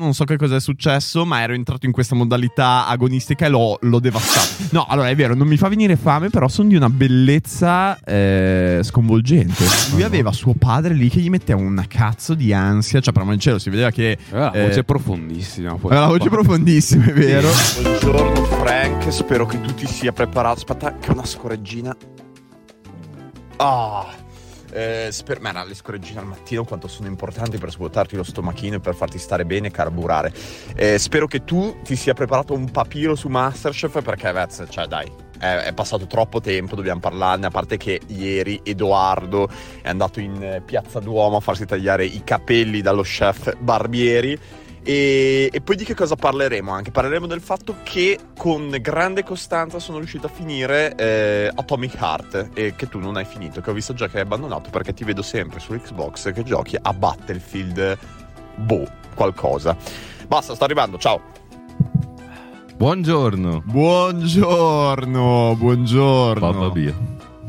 Non so che cosa è successo, ma ero entrato in questa modalità agonistica e l'ho, l'ho devastato. No, allora è vero, non mi fa venire fame, però sono di una bellezza eh, sconvolgente. Lui aveva suo padre lì che gli metteva una cazzo di ansia, cioè, per amor del cielo, si vedeva che La Eh, voce è profondissima. poi. aveva la voce profondissima, è vero. Buongiorno Frank, spero che tu ti sia preparato. Aspetta, che è una scoreggina. Ah, eh, sper- ma era le scoreggine al mattino quanto sono importanti per svuotarti lo stomachino e per farti stare bene e carburare. Eh, spero che tu ti sia preparato un papiro su Masterchef perché, Vez, cioè dai, è, è passato troppo tempo, dobbiamo parlarne, a parte che ieri Edoardo è andato in eh, Piazza Duomo a farsi tagliare i capelli dallo chef Barbieri. E, e poi di che cosa parleremo anche? Parleremo del fatto che con grande costanza sono riuscito a finire eh, Atomic Heart e che tu non hai finito, che ho visto già che hai abbandonato perché ti vedo sempre su Xbox che giochi a Battlefield boh, qualcosa. Basta, sto arrivando, ciao. Buongiorno. Buongiorno, buongiorno. Mamma mia.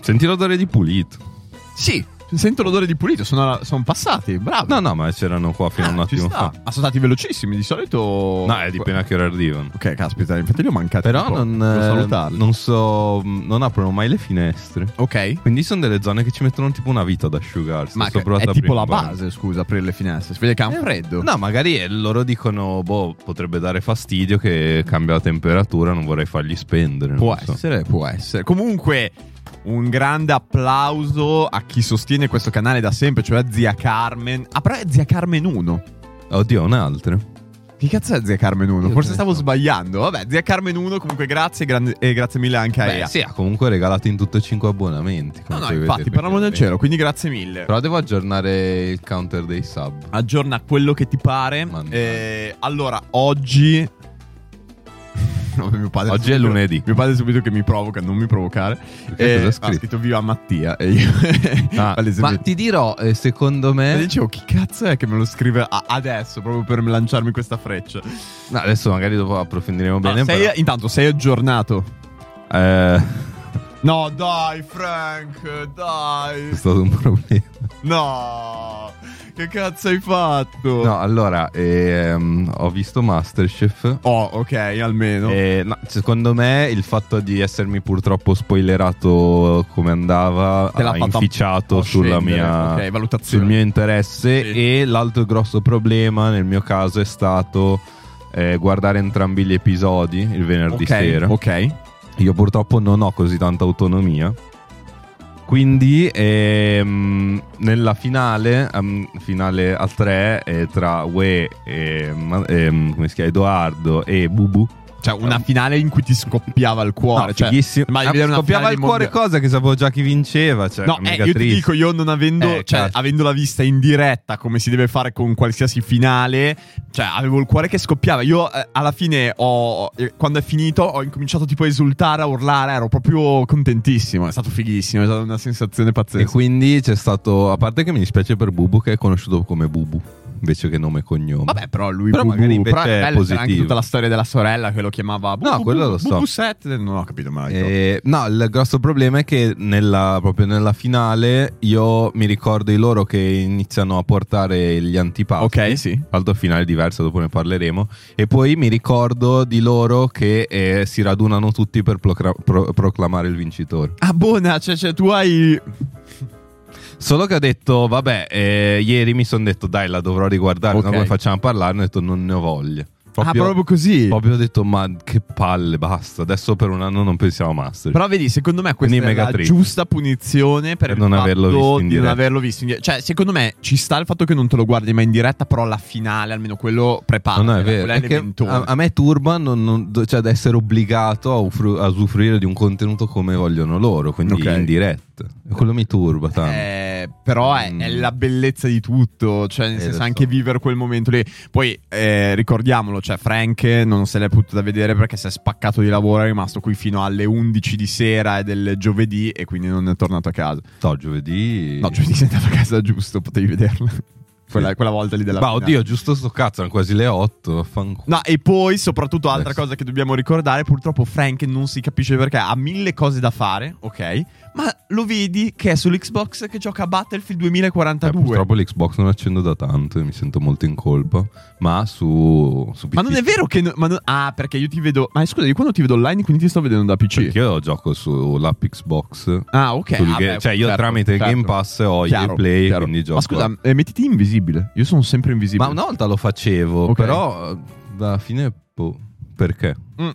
Senti l'odore di pulito. Sì, sento l'odore di pulito, sono, sono passati, bravo. No, no, ma c'erano qua fino a un Ah, ci attimo sta. fa. Ah, sono stati velocissimi, di solito... No, è dipende a che ora arrivano. Ok, caspita, infatti li ho mancati Però un po'. non, Devo eh, salutarli. non so, mh, non aprono mai le finestre. Ok. Quindi sono delle zone che ci mettono tipo una vita ad asciugarsi. Ma Sto che- è provando ad tipo la aprire un base, oh. scusa, aprire le finestre. Si vede che ha un Eh, freddo. No, magari eh, loro dicono, boh, potrebbe dare fastidio che cambia la temperatura, non vorrei fargli spendere. non Può so. essere, può essere. Comunque, un grande applauso a chi sostiene questo canale da sempre, cioè Zia Carmen. Ah, però è Zia Carmen 1. Oddio, un altro. Chi cazzo è Zia Carmen 1? Io Forse che ne stavo so. sbagliando. Vabbè, Zia Carmen 1, comunque grazie grande- e grazie mille anche a Beh, Ea. sì, ha comunque regalato in tutto 5 abbonamenti. Cioè, No, come no, puoi infatti, vedere, per l'amor del perché- cielo, quindi grazie mille. Però devo aggiornare il counter dei sub. Aggiorna quello che ti pare. Mannaggia. Eh, allora, oggi. No, mio padre Oggi è subito- lunedì. Mio padre subito che mi provoca, non mi provocare. Perché Eh, cosa ha ha scritto? scritto viva Mattia. E io. Ah, ma palesemente- ti dirò, eh, secondo E me... dicevo, chi cazzo è che me lo scrive a- adesso proprio per lanciarmi questa freccia? No, adesso magari dopo approfondiremo bene. Ah, sei- però- intanto, sei aggiornato. Eh, No, dai, Frank, dai. è stato un problema. No, che cazzo hai fatto? No, allora, ehm, ho visto Masterchef. Oh, ok, almeno. Eh, no, secondo me il fatto di essermi purtroppo spoilerato come andava Te l'ha ha fatto inficiato a sulla Oh, scendere, mia, ok, valutazione. sul mio interesse Sì. e l'altro grosso problema nel mio caso è stato eh, guardare entrambi gli episodi il venerdì Ok, sera. Ok. Io purtroppo non ho così tanta autonomia. Quindi ehm, nella finale, ehm, finale a tre, eh, tra Ue e ma- ehm, come si chiama, Edoardo e Bubu, Cioè, una finale in cui ti scoppiava il cuore. Eh. No, cioè, fighissimo. ma Ah, di vedere una scoppiava finale il di cuore mondiale. cosa che sapevo già chi vinceva. Cioè, No, eh, mega io ti triste. dico, io non avendo, Eh, cioè, cazzo. avendo la vista in diretta come si deve fare con qualsiasi finale, cioè, avevo il cuore che scoppiava. Io eh, alla fine, ho, eh, quando è finito, ho incominciato tipo a esultare, a urlare. Ero proprio contentissimo. È stato fighissimo, è stata una sensazione E pazzesca. quindi c'è stato. A parte che mi dispiace per Bubu, che è conosciuto come Bubu invece che nome e cognome. Eh, Vabbè, però lui Però Bubu- magari invece però è bello, c'era anche positivo. tutta la storia della sorella che lo chiamava No, quello lo so. 7 non ho capito, ma Eh, no, il grosso problema è che nella, proprio nella finale io mi ricordo di loro che iniziano a portare gli antipasti. Ok, sì. Alto finale diverso, dopo ne parleremo. E poi mi ricordo di loro che eh, si radunano tutti per procra- pro- proclamare il vincitore. Ah, buona, cioè, cioè, tu hai. Solo che ho detto, vabbè, eh, ieri mi sono detto, dai, la dovrò riguardare, Ok. no, come facciamo a parlarne? Ho detto, non ne ho voglia. ah, proprio così. proprio ho detto, ma che palle, basta. Adesso per un anno non pensiamo a Master. Però vedi, secondo me questa Quindi è mega la triste. giusta punizione per Per il non fatto averlo visto in di non diretta. averlo visto in diretta. Cioè, secondo me ci sta il fatto che non te lo guardi mai in diretta, però alla finale almeno quello prepara. non è vero. è che a, a me turba non- non- do- cioè, ad essere obbligato a, ufru- a usufruire di un contenuto come vogliono loro, quindi Ok. Eh. in diretta. E quello mi turba tanto. però è, è Mm. la bellezza di tutto, cioè nel Eh, senso lo anche so. vivere quel momento lì. Poi eh, ricordiamolo, cioè Frank non se l'è potuta vedere perché si è spaccato di lavoro, è rimasto qui fino alle 11 di sera e del giovedì e quindi non è tornato a casa. No, giovedì... No, giovedì sei andato a casa giusto, potevi vederla. Quella, quella volta lì della Ma finale. oddio, giusto sto cazzo, erano quasi le 8. Fanculo. No, e poi, soprattutto, altra Adesso. cosa che dobbiamo ricordare: purtroppo Frank non si capisce perché ha mille cose da fare, ok? Ma lo vedi che è sull'Xbox che gioca a Battlefield 2042. Eh, purtroppo l'Xbox non accendo da tanto e mi sento molto in colpa. Ma su, su PC. Ma non è vero che. no- ma no- ah, perché io ti vedo. Ma scusa, io quando ti vedo online, quindi ti sto vedendo da PC. Perché io gioco sull'app Xbox. Ah, ok. sul ah, ga- beh, cioè, io certo, tramite il certo. Game Pass ho il Chiaro, gameplay, chiaro. quindi gioco. Ma scusa, eh, mettiti invisibile. Io sono sempre Ma invisibile. una volta lo facevo, Ok. però eh, alla fine. boh, perché? Mm.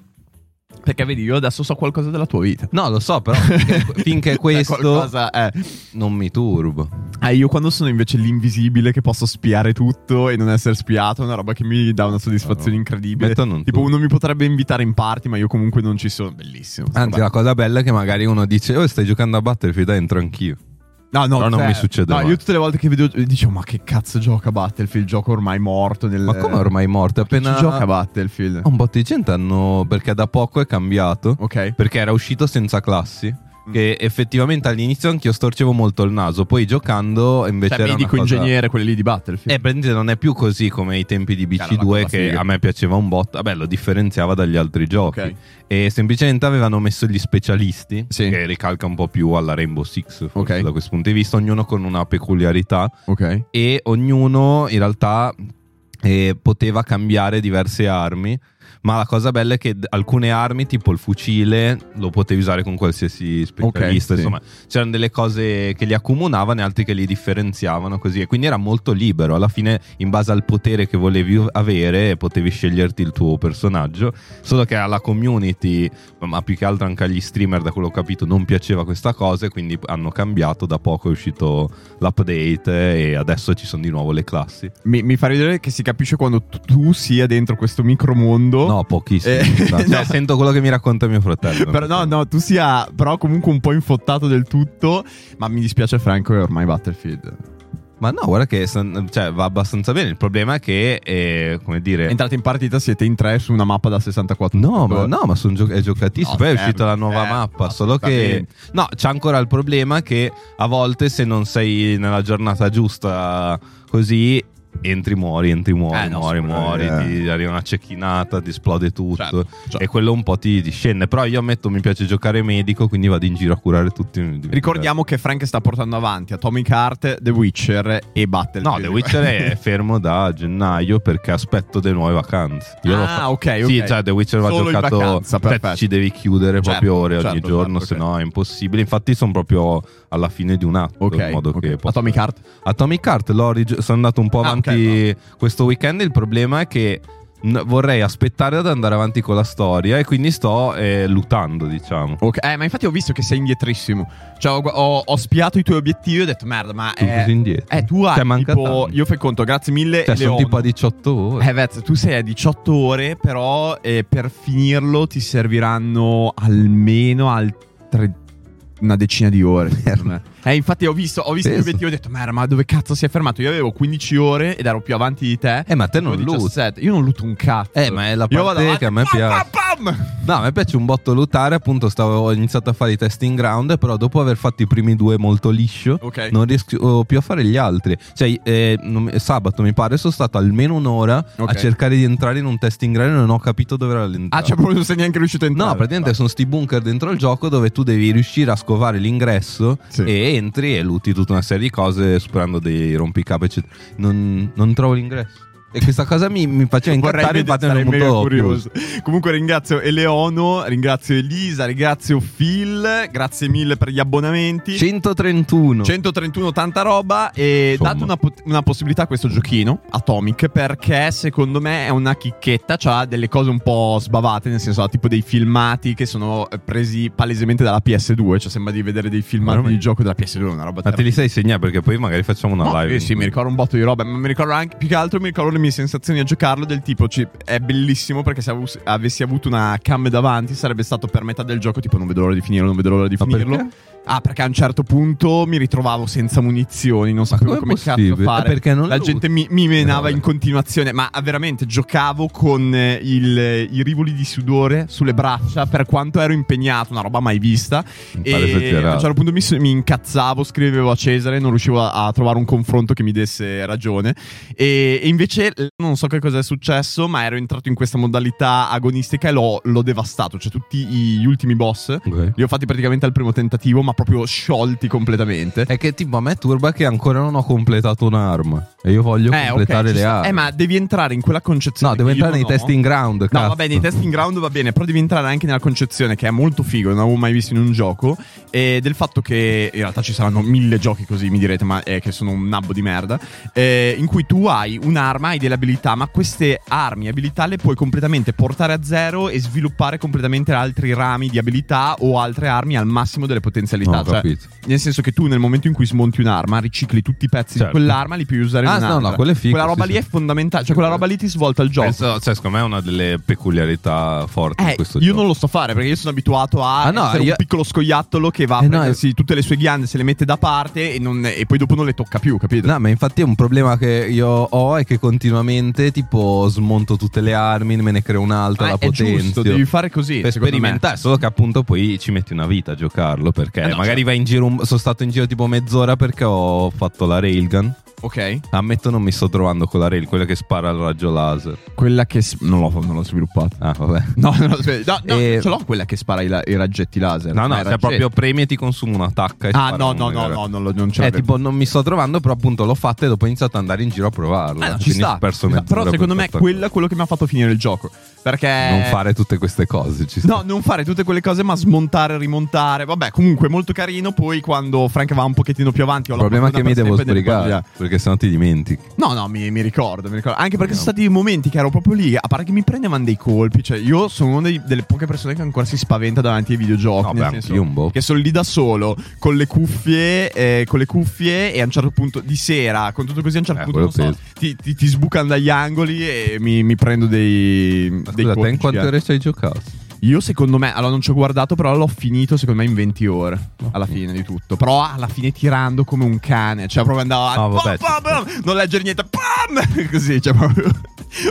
Perché vedi, io adesso so qualcosa della tua vita. No, lo so, però finché, finché Cioè, questo qualcosa, eh. non mi turbo. Ah, io quando sono invece l'invisibile che posso spiare tutto e non essere spiato, è una roba che mi dà una soddisfazione No. incredibile. Metto non tipo, tu. uno mi potrebbe invitare in party, ma io comunque non ci sono. Bellissimo. Anzi, la cosa bella è che magari uno dice: Oh, stai giocando a Battlefield, dai, entro anch'io. No, no, Però non mi succede No, mai. io tutte le volte che vedo dicevo "Ma che cazzo gioca Battlefield? Gioco ormai morto nel Ma come è ormai morto? Eh. Chi Appena. Oh, ci gioca Battlefield?" un botto di gente hanno. Perché da poco è cambiato. Ok. Cioè, Mm. Perché era uscito senza classi. Che effettivamente all'inizio anch'io storcevo molto il naso. Poi giocando invece. Cioè, era mi una dico cosa- ingegnere quelli lì di Battlefield. Eh, praticamente non è più così come ai tempi di Era Cioè, la cosa BC2 che figa. a me piaceva un botto. Vabbè, lo differenziava dagli altri giochi. ok. E semplicemente avevano messo gli specialisti, Sì. che ricalca un po' più alla Rainbow Six, forse, Ok. da questo punto di vista, ognuno con una peculiarità Ok. e ognuno in realtà eh, poteva cambiare diverse armi. Ma la cosa bella è che d- alcune armi, tipo il fucile, lo potevi usare con qualsiasi specialista. sì. Insomma, c'erano delle cose che li accomunavano e altre che li differenziavano. Così. E quindi era molto libero. Alla fine, in base al potere che volevi u- avere, potevi sceglierti il tuo personaggio. Solo che alla community, ma più che altro anche agli streamer, da quello che ho capito, non piaceva questa cosa. E quindi hanno cambiato. Da poco è uscito l'update eh, e adesso ci sono di nuovo le classi. Mi, mi fa ridere che si capisce quando tu- tu sia dentro questo micromondo. No, pochissimo. Oh. Eh, No, cioè, no. sento quello che mi racconta mio fratello. Però, no, no, tu sia però comunque un po' infottato del tutto. Ma mi dispiace, Franco, è ormai Battlefield. Ma no, guarda che san- cioè, va abbastanza bene. Il problema è che, eh, come dire... Entrate in partita, siete in tre su una mappa da 64. No, ma, giocatori. no, ma sono gio- è giocatissimo. No, Poi è scherzo, uscita la nuova scherzo, mappa. Solo che. assolutamente. No, c'è ancora il problema che a volte se non sei nella giornata giusta così. Entri, muori, entri, muori, Eh, no, muori, muori. sicuramente. Ti arriva una cecchinata, ti esplode tutto. Certo, certo. E quello un po' ti discende. Però io ammetto, mi piace giocare medico, quindi vado in giro a curare tutti. Ricordiamo che Frank sta portando avanti Atomic Heart, The Witcher e Battlefield. No, The Witcher è fermo da gennaio perché aspetto delle nuove vacanze. Io l'ho ah, fa- ok, ok. Sì, cioè The Witcher va Solo in giocato. vacanza, cioè, perfetto. ci devi chiudere Certo, proprio ore ogni certo, giorno, certo, se no è impossibile. Infatti, sono proprio alla fine di un atto. Ok, in modo ok. che possa- Atomic Heart. Atomic Heart l'ho rig- sono andato un po' Ah, avanti ok, questo weekend. Il problema è che n- vorrei aspettare ad andare avanti con la storia e quindi sto eh, lutando, diciamo. Ok, eh, ma infatti ho visto che sei indietrissimo. Cioè, ho, ho- ho spiato i tuoi obiettivi e ho detto, merda, ma. Tu è- così indietro. Eh, tu hai Cioè, manca tipo, tanto. io fai conto, grazie mille. Cioè, le sono ho- tipo a 18 ore. Eh, Vez, tu sei a 18 ore, però eh, per finirlo ti serviranno almeno altre una decina di ore. secondo me. eh, infatti ho visto, ho visto Penso. l'obiettivo e ho detto, merda, ma dove cazzo si è fermato? Io avevo 15 ore ed ero più avanti di te. Eh, ma te non Avevo luti. 17. Io non luto un cazzo. Eh, ma è la Io vado parte che a me avanti, piace. Pam, pam, pam! No, a me piace un botto lottare, appunto stavo, ho iniziato a fare i testing ground, però dopo aver fatto i primi due molto liscio, Ok. non riesco più a fare gli altri. Cioè, eh, non mi- sabato mi pare sono stato almeno un'ora Ok. a cercare di entrare in un testing ground e non ho capito dove era l'entrata. Ah, cioè proprio non sei neanche riuscito a entrare. No, praticamente sono sti bunker dentro il gioco dove tu devi riuscire a scovare l'ingresso Sì. e entri e luti tutta una serie di cose superando dei rompicapo, eccetera. Non, non trovo l'ingresso. E questa cosa mi, mi faceva vedere, incazzare, infatti ero sarei mega molto curioso. Comunque ringrazio Eleono, ringrazio Elisa, ringrazio Phil, grazie mille per gli abbonamenti. 131. 131 tanta roba e Insomma. date una, pot- una possibilità a questo giochino Atomic perché secondo me è una chicchetta, ha delle cose un po' sbavate, nel senso ha tipo dei filmati che sono eh, presi palesemente dalla PS2, cioè sembra di vedere dei filmati Veramente? di gioco della PS2, una roba Ma te li sei segnati perché poi magari facciamo una No, live. eh sì, mi ricordo un botto di roba, ma mi ricordo anche più che altro mi ricordo le mie sensazioni a giocarlo del tipo ci- è bellissimo perché se avus- avessi avuto una cam davanti sarebbe stato per metà del gioco tipo non vedo l'ora di finirlo, non vedo l'ora di Ma finirlo. perché? Ah, perché a un certo punto mi ritrovavo senza munizioni, non sapevo com'è come cazzo possibile? fare. Eh, perché non La le gente usi? mi, mi Eh, menava vabbè. in continuazione, ma ah, veramente giocavo con eh, il- i rivoli di sudore sulle braccia per quanto ero impegnato, una roba mai vista. Mi pare E a esagerato. un certo punto mi, s- mi incazzavo, scrivevo a Cesare, non riuscivo a, a trovare un confronto che mi desse ragione. E, e invece eh, non so che cosa è successo, ma ero entrato in questa modalità agonistica e l'ho, l'ho devastato. Cioè, tutti i- gli ultimi boss Ok. li ho fatti praticamente al primo tentativo, ma proprio sciolti completamente. È che tipo a me turba che ancora non ho completato un'arma e io voglio ok, completare ci le sta. armi. Eh, ma devi entrare in quella concezione. No, devo che io entrare nei non ho. testing ground. No, va bene, nei testing ground va bene, però devi entrare anche nella concezione che è molto figo, non avevo mai visto in un gioco, e del fatto che in realtà ci saranno mille giochi così, mi direte, ma eh, che sono un nabbo di merda, eh, in cui tu hai un'arma, hai delle abilità, ma queste armi e abilità le puoi completamente portare a zero e sviluppare completamente altri rami di abilità o altre armi al massimo delle potenzialità. No, ho Cioè, capito. nel senso che tu nel momento in cui smonti un'arma ricicli tutti i pezzi Certo. di quell'arma, li puoi usare in Ah, no, un'altra. no, quello è figo, Quella roba sì, lì Esatto. sì. è fondamentale, cioè quella roba lì ti svolta il gioco. Penso- cioè, secondo me è una delle peculiarità forti di Eh, questo io gioco. non lo so fare perché io sono abituato a Ah, no, essere io- un piccolo scoiattolo che va a Eh, no, prendersi tutte le sue ghiande, se le mette da parte e, non- e poi dopo non le tocca più, capito? No, ma infatti è un problema che io ho è che continuamente tipo smonto tutte le armi, me ne creo un'altra, Eh, la è giusto, potenzio. devi fare così. per secondo me. sperimentare, solo che appunto poi ci metti una vita a giocarlo perché Eh no, magari vai in giro, un- sono stato in giro tipo mezz'ora perché ho fatto la railgun. Ok. Ammetto non mi sto trovando con la rail, quella che spara il raggio laser. Quella che... s- Non l'ho, non l'ho sviluppata. Ah, vabbè. No, no, aspetta, no, no, Eh, ce l'ho quella che spara i, la- i raggetti laser. No, no, Ma i cioè raggetti. proprio premi e ti consumi un'attacca. e certo. Ah, spara no, un no, no, numero. no, non, lo- non ce Eh, l'ho. tipo, non mi sto trovando, però appunto l'ho fatta e dopo ho iniziato ad andare in giro a provarla. Ah, no, ci Quindi sta. ho ci perso sta. mezz'ora Però secondo per me questa quella è quello che mi ha fatto finire il gioco. Perché... cosa. Non fare tutte queste cose. Ci sta. No, non fare tutte quelle cose, ma smontare, rimontare. Vabbè, comunque molto carino. Poi quando Frank va un pochettino più avanti, ho Il la problema è che fortuna mi per devo sempre prendere sbrigare. Perché sennò ti dimentichi. No, no, mi, mi ricordo, mi ricordo. Anche perché No. sono stati momenti che ero proprio lì. A parte che mi prendevano dei colpi. Cioè, io sono una dei- delle poche persone che ancora si spaventa davanti ai videogiochi. No, nel beh, senso anch'io un po'. Che sono lì da solo, con le cuffie, eh, con le cuffie, e a un certo punto di sera, con tutto così, a un certo Eh, punto quello non so, ti, ti, ti sbucano dagli angoli e mi, mi prendo dei. dei Ma eh. Scusa, te colpi in quante giganti. ore ci hai giocato? Io secondo me, allora non ci ho guardato, però l'ho finito secondo me in 20 ore. Alla fine di tutto. Però alla fine tirando come un cane. Cioè proprio andavo Ah, vabbè, pam, pam, pam, non leggere niente. pam! Così, cioè proprio...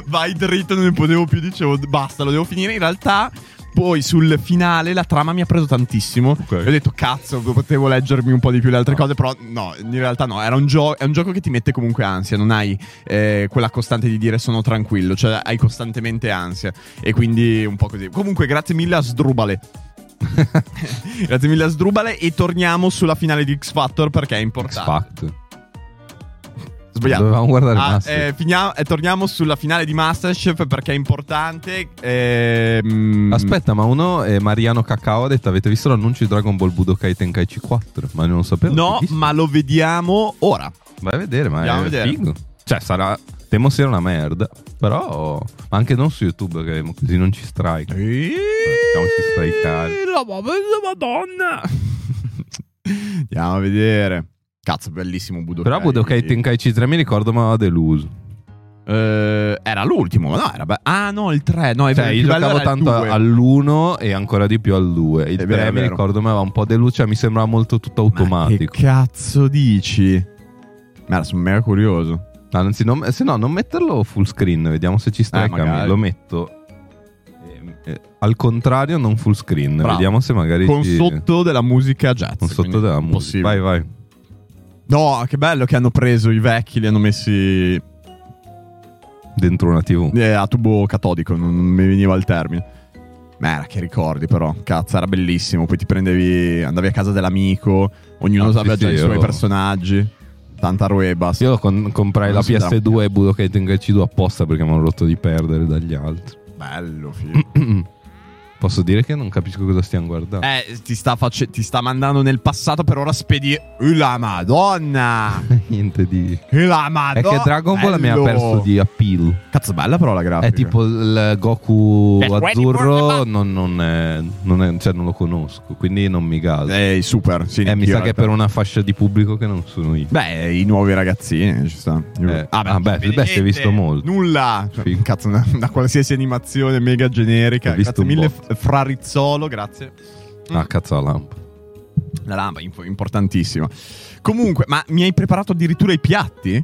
Vai dritto, non ne potevo più, dicevo basta, lo devo finire. In realtà poi sul finale la trama mi ha preso tantissimo. E ho detto cazzo, potevo leggermi un po' di più le altre No. cose, però no, in realtà no, era un gio- è un gioco che ti mette comunque ansia, non hai eh, quella costante di dire sono tranquillo, cioè hai costantemente ansia e quindi un po' così. Comunque grazie mille a Sdrubale. grazie mille a Sdrubale e torniamo sulla finale di X Factor perché è X importante. Factor. Sbagliato. Dovevamo guardare Ah, Master. eh, finiamo- eh, torniamo sulla finale di Masterchef perché è importante. ehm, Aspetta, ma uno, eh, Mariano Cacao, ha detto: Avete visto l'annuncio di Dragon Ball Budokai Tenkaichi 4? Ma non lo sapevo. No, fighissimo. ma lo vediamo ora. Vai a vedere, ma Andiamo è a vedere. figo. Cioè, sarà. Temo sia una merda. Però. Ma anche non su YouTube, che così non ci strike. Facciamoci strikeare. La madonna. Andiamo a vedere. Cazzo, bellissimo Budokai. Però Budokai Tenkaichi 3 mi ricordo, ma aveva deluso. Eh, era l'ultimo, no? Era be- ah, no, il 3. No, è Cioè, vero, il io più bello giocavo era il tanto due. all'1 e ancora di più al 2. Il È vero, è 3 mi vero. ricordo, ma aveva un po' deluso. Cioè, mi sembrava molto tutto Ma automatico. Che cazzo dici? Ma sono mega curioso. Anzi, non- se no, non metterlo full screen, vediamo se ci sta. Eh, i cambi. magari. Lo metto eh, eh, al contrario, non full screen. Bravo. Vediamo se magari Con ci- sotto della musica jazz. con sotto quindi della musica. impossibile. Vai, vai. No, che bello che hanno preso i vecchi, li hanno messi Dentro una TV. Eh, a tubo catodico, non mi veniva il termine. Mera, che ricordi però, cazzo, era bellissimo. Poi ti prendevi, andavi a casa dell'amico, ognuno Ah, sì, aveva già sì, i suoi io- personaggi. Tanta roeba. Io con- comprai Non la si dà un PS2 e Budokai Tenkaichi 2 apposta perché mi hanno rotto di perdere dagli altri. Bello, figlio. Posso dire che non capisco cosa stiamo guardando. Eh, ti sta, face- ti sta mandando nel passato, per ora spedi. Uh, la madonna! Niente di. Uh, la È madonna! che Dragon Ball mi ha Bello! perso di appeal. Cazzo, bella però la grafica. È tipo il Goku Beh, quelli azzurro, porno- non, non è- non è- cioè non lo conosco, quindi non mi gasa. Ehi, super. Sì, Eh, mi in sa realtà. che è per una fascia di pubblico che non sono io. Beh, i nuovi ragazzini ci stanno. Eh, ah, beh, non beh, si si è vede visto molto. Nulla. Cioè, Figo. Cazzo, una, una qualsiasi animazione mega generica. Ho visto Grazie un mille, botto. F- Frarizzolo, grazie. Ah, cazzo la lampa. La lama, inf- importantissima. Comunque, ma mi hai preparato addirittura i piatti?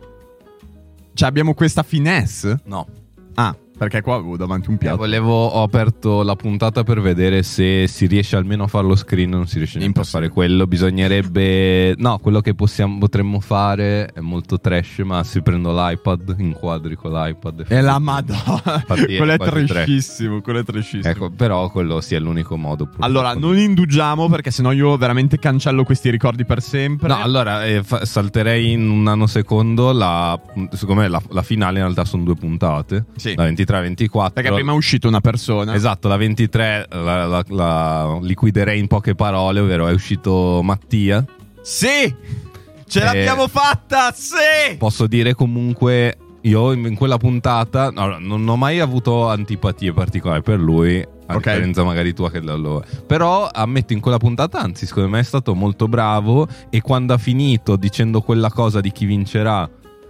Cioè, abbiamo questa finesse? No. Ah, perché qua avevo davanti un Eh, piatto. volevo, ho aperto la puntata per vedere se si riesce almeno a fare lo screen. Non si riesce neanche a Impossibile. fare quello. Bisognerebbe. No, quello che possiamo, potremmo fare è molto trash. Ma se prendo l'iPad, inquadri con l'iPad. È la madonna. Infatti, quello è quasi tre. trashissimo, quello è trashissimo. Ecco, però quello sì è l'unico modo. purtroppo. Allora, non indugiamo perché sennò io veramente cancello questi ricordi per sempre. No, allora eh, fa- salterei in un nanosecondo. La, secondo me la, la finale in realtà sono due puntate. Sì. La 23-24. perché prima è uscita una persona. Esatto, la 23 la, la- la liquiderei in poche parole, ovvero è uscito Mattia. Sì! Ce Eh. l'abbiamo fatta! Sì! Posso dire comunque, io in, in quella puntata allora, non ho mai avuto antipatie particolari per lui, a Ok. differenza magari tua che lo Però ammetto in quella puntata, anzi secondo me è stato molto bravo e quando ha finito dicendo quella cosa di chi vincerà,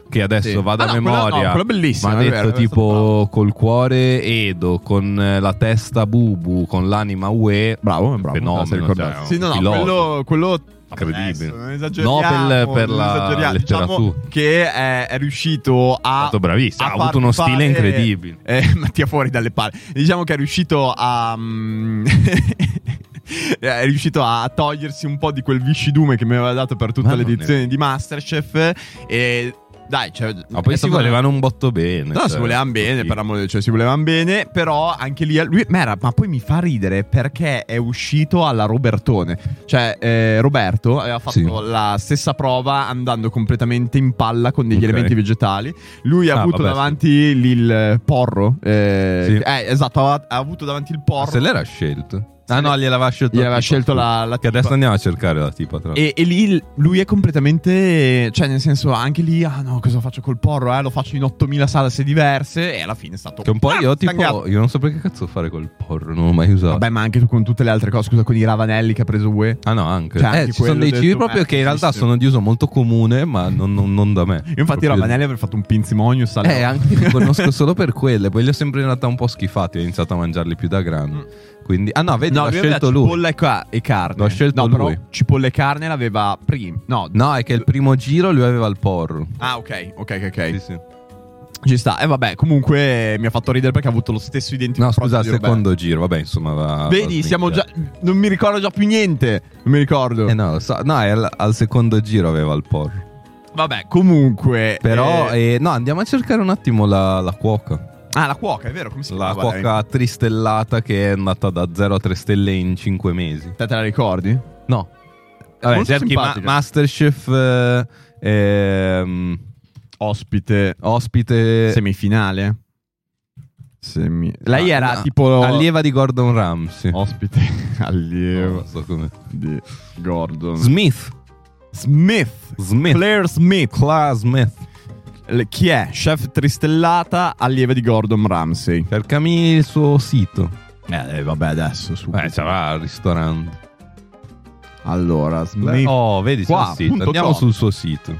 che adesso Sì. vado Ah, a no, memoria. Quello, no, quello bellissimo. Ma ha è detto vero, è stato tipo col cuore Edo, con eh, la testa Bubu, con l'anima Ue. Bravo, bravo. Fenomeno, se ricordate. cioè, sì, no, no, pilota. quello, quello Incredibile. Adesso, non esageriamo, Nobel per non la esageriamo. Diciamo letteratura. che è, è riuscito È a stato bravissimo. a Ha avuto far uno stile fare- incredibile. Eh, Mattia fuori dalle palle. Diciamo che è riuscito a. mm, È riuscito a togliersi un po' di quel viscidume che mi aveva dato per tutta Ma non l'edizione di Masterchef. E dai, cioè, Ma poi è si stato- volevano un botto bene. No, cioè, si volevano bene, sì. per amore, cioè si volevano bene, però anche lì lui ma, era- ma poi mi fa ridere perché è uscito alla Robertone. Cioè eh, Roberto aveva fatto Sì. la stessa prova andando completamente in palla con degli Ok. elementi vegetali. Lui ha Ah, avuto vabbè, davanti lì il porro. Eh, Sì. eh, esatto, ha, ha avuto davanti il Ma porro. Se l'era scelto. Ah no, gliel'aveva scelto. Gli aveva la tipa, scelto scusa. la, la Che tipa. adesso andiamo a cercare la tipa. Tra l'altro. E, e lì lui è completamente. Cioè, nel senso, anche lì, ah no, cosa faccio col porro? Eh? Lo faccio in 8000 salse diverse. E alla fine è stato. Che un po' Ah, io tipo. stangato. Io non so perché cazzo fare col porro. Non l'ho mai usato. Vabbè, ma anche tu con tutte le altre cose, scusa, con i ravanelli che ha preso UE. Ah no, anche. Cioè, anche eh, ci sono quello dei del cibi tuo- proprio eh, che in realtà esiste. sono di uso molto comune, ma non, non- non da me. Io Mm. infatti i Proprio- ravanelli avrei fatto un pinzimonio sale. Eh, anche io li conosco solo per quelle. Poi li ho sempre in realtà un po' schifati. Ho iniziato a mangiarli più da grande. Quindi. Ah no, vedi, Mm. No, l'ha lui aveva scelto lui. cipolla e, ca- e carne. L'ha scelto no, però lui. cipolla e carne l'aveva prima. No. No, è che il primo giro lui aveva il porro. Ah, ok, ok, ok. ok. Sì, sì. Ci sta. E vabbè, comunque eh, mi ha fatto ridere perché ha avuto lo stesso identico. No, scusa, approccio di Roberto. secondo giro. Vabbè, insomma. va- Vedi, va siamo già. sminchiato. Non mi ricordo già più niente. Non mi ricordo. Eh no, lo so. No, è al, al secondo giro aveva il porro. Vabbè, comunque. Però, eh, eh, no, andiamo a cercare un attimo la, la cuoca. Ah, la cuoca, è vero? Come si La chiama? cuoca tristellata che è andata da 0 a 3 stelle in 5 mesi. Te, te la ricordi? No. molto Vabbè, cerchi ma- simpatica. Masterchef eh, ehm, Ospite. ospite. Semifinale. Semi- Lei Ah, era no, tipo Oh. Allieva di Gordon Ramsay. ospite Non allievo so come. di Gordon Smith. Smith. Smith. Claire Smith, Cla Smith. Le- chi è? Chef tristellata, allieva di Gordon Ramsay. Cercami il suo sito. Eh, eh, vabbè, adesso su. Eh, c'era il ristorante. Allora, Smith. Oh, vedi, c'è Qua, il sito. punto Andiamo com. sul suo sito.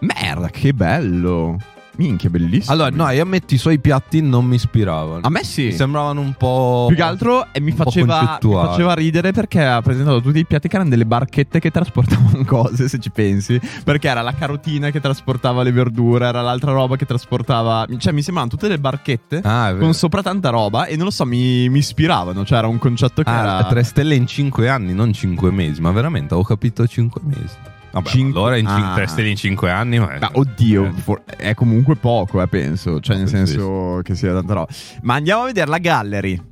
Merda, che bello. Minchia, bellissimo. Allora, no, io ammetto i suoi piatti non mi ispiravano. a me sì. Mi sembravano un po'. Più che altro eh, mi, un po' faceva, mi concettuali. faceva ridere perché ha presentato tutti i piatti che erano delle barchette che trasportavano cose, se ci pensi. Perché era la carotina che trasportava le verdure, era l'altra roba che trasportava. Cioè, mi sembravano tutte delle barchette Ah, è vero. con sopra tanta roba e non lo so, mi, mi ispiravano. Cioè, era un concetto che Ah, era. 3 stelle in 5 anni, non 5 mesi. Ma veramente, avevo capito 5 mesi. Vabbè, Cinque- allora in Ah. 3 stelle in 5 anni. Ma, Ma oddio, Eh. for- è comunque poco, eh, penso. Cioè, nel Sì, senso che sia tanta roba. Ma andiamo a vedere la gallery.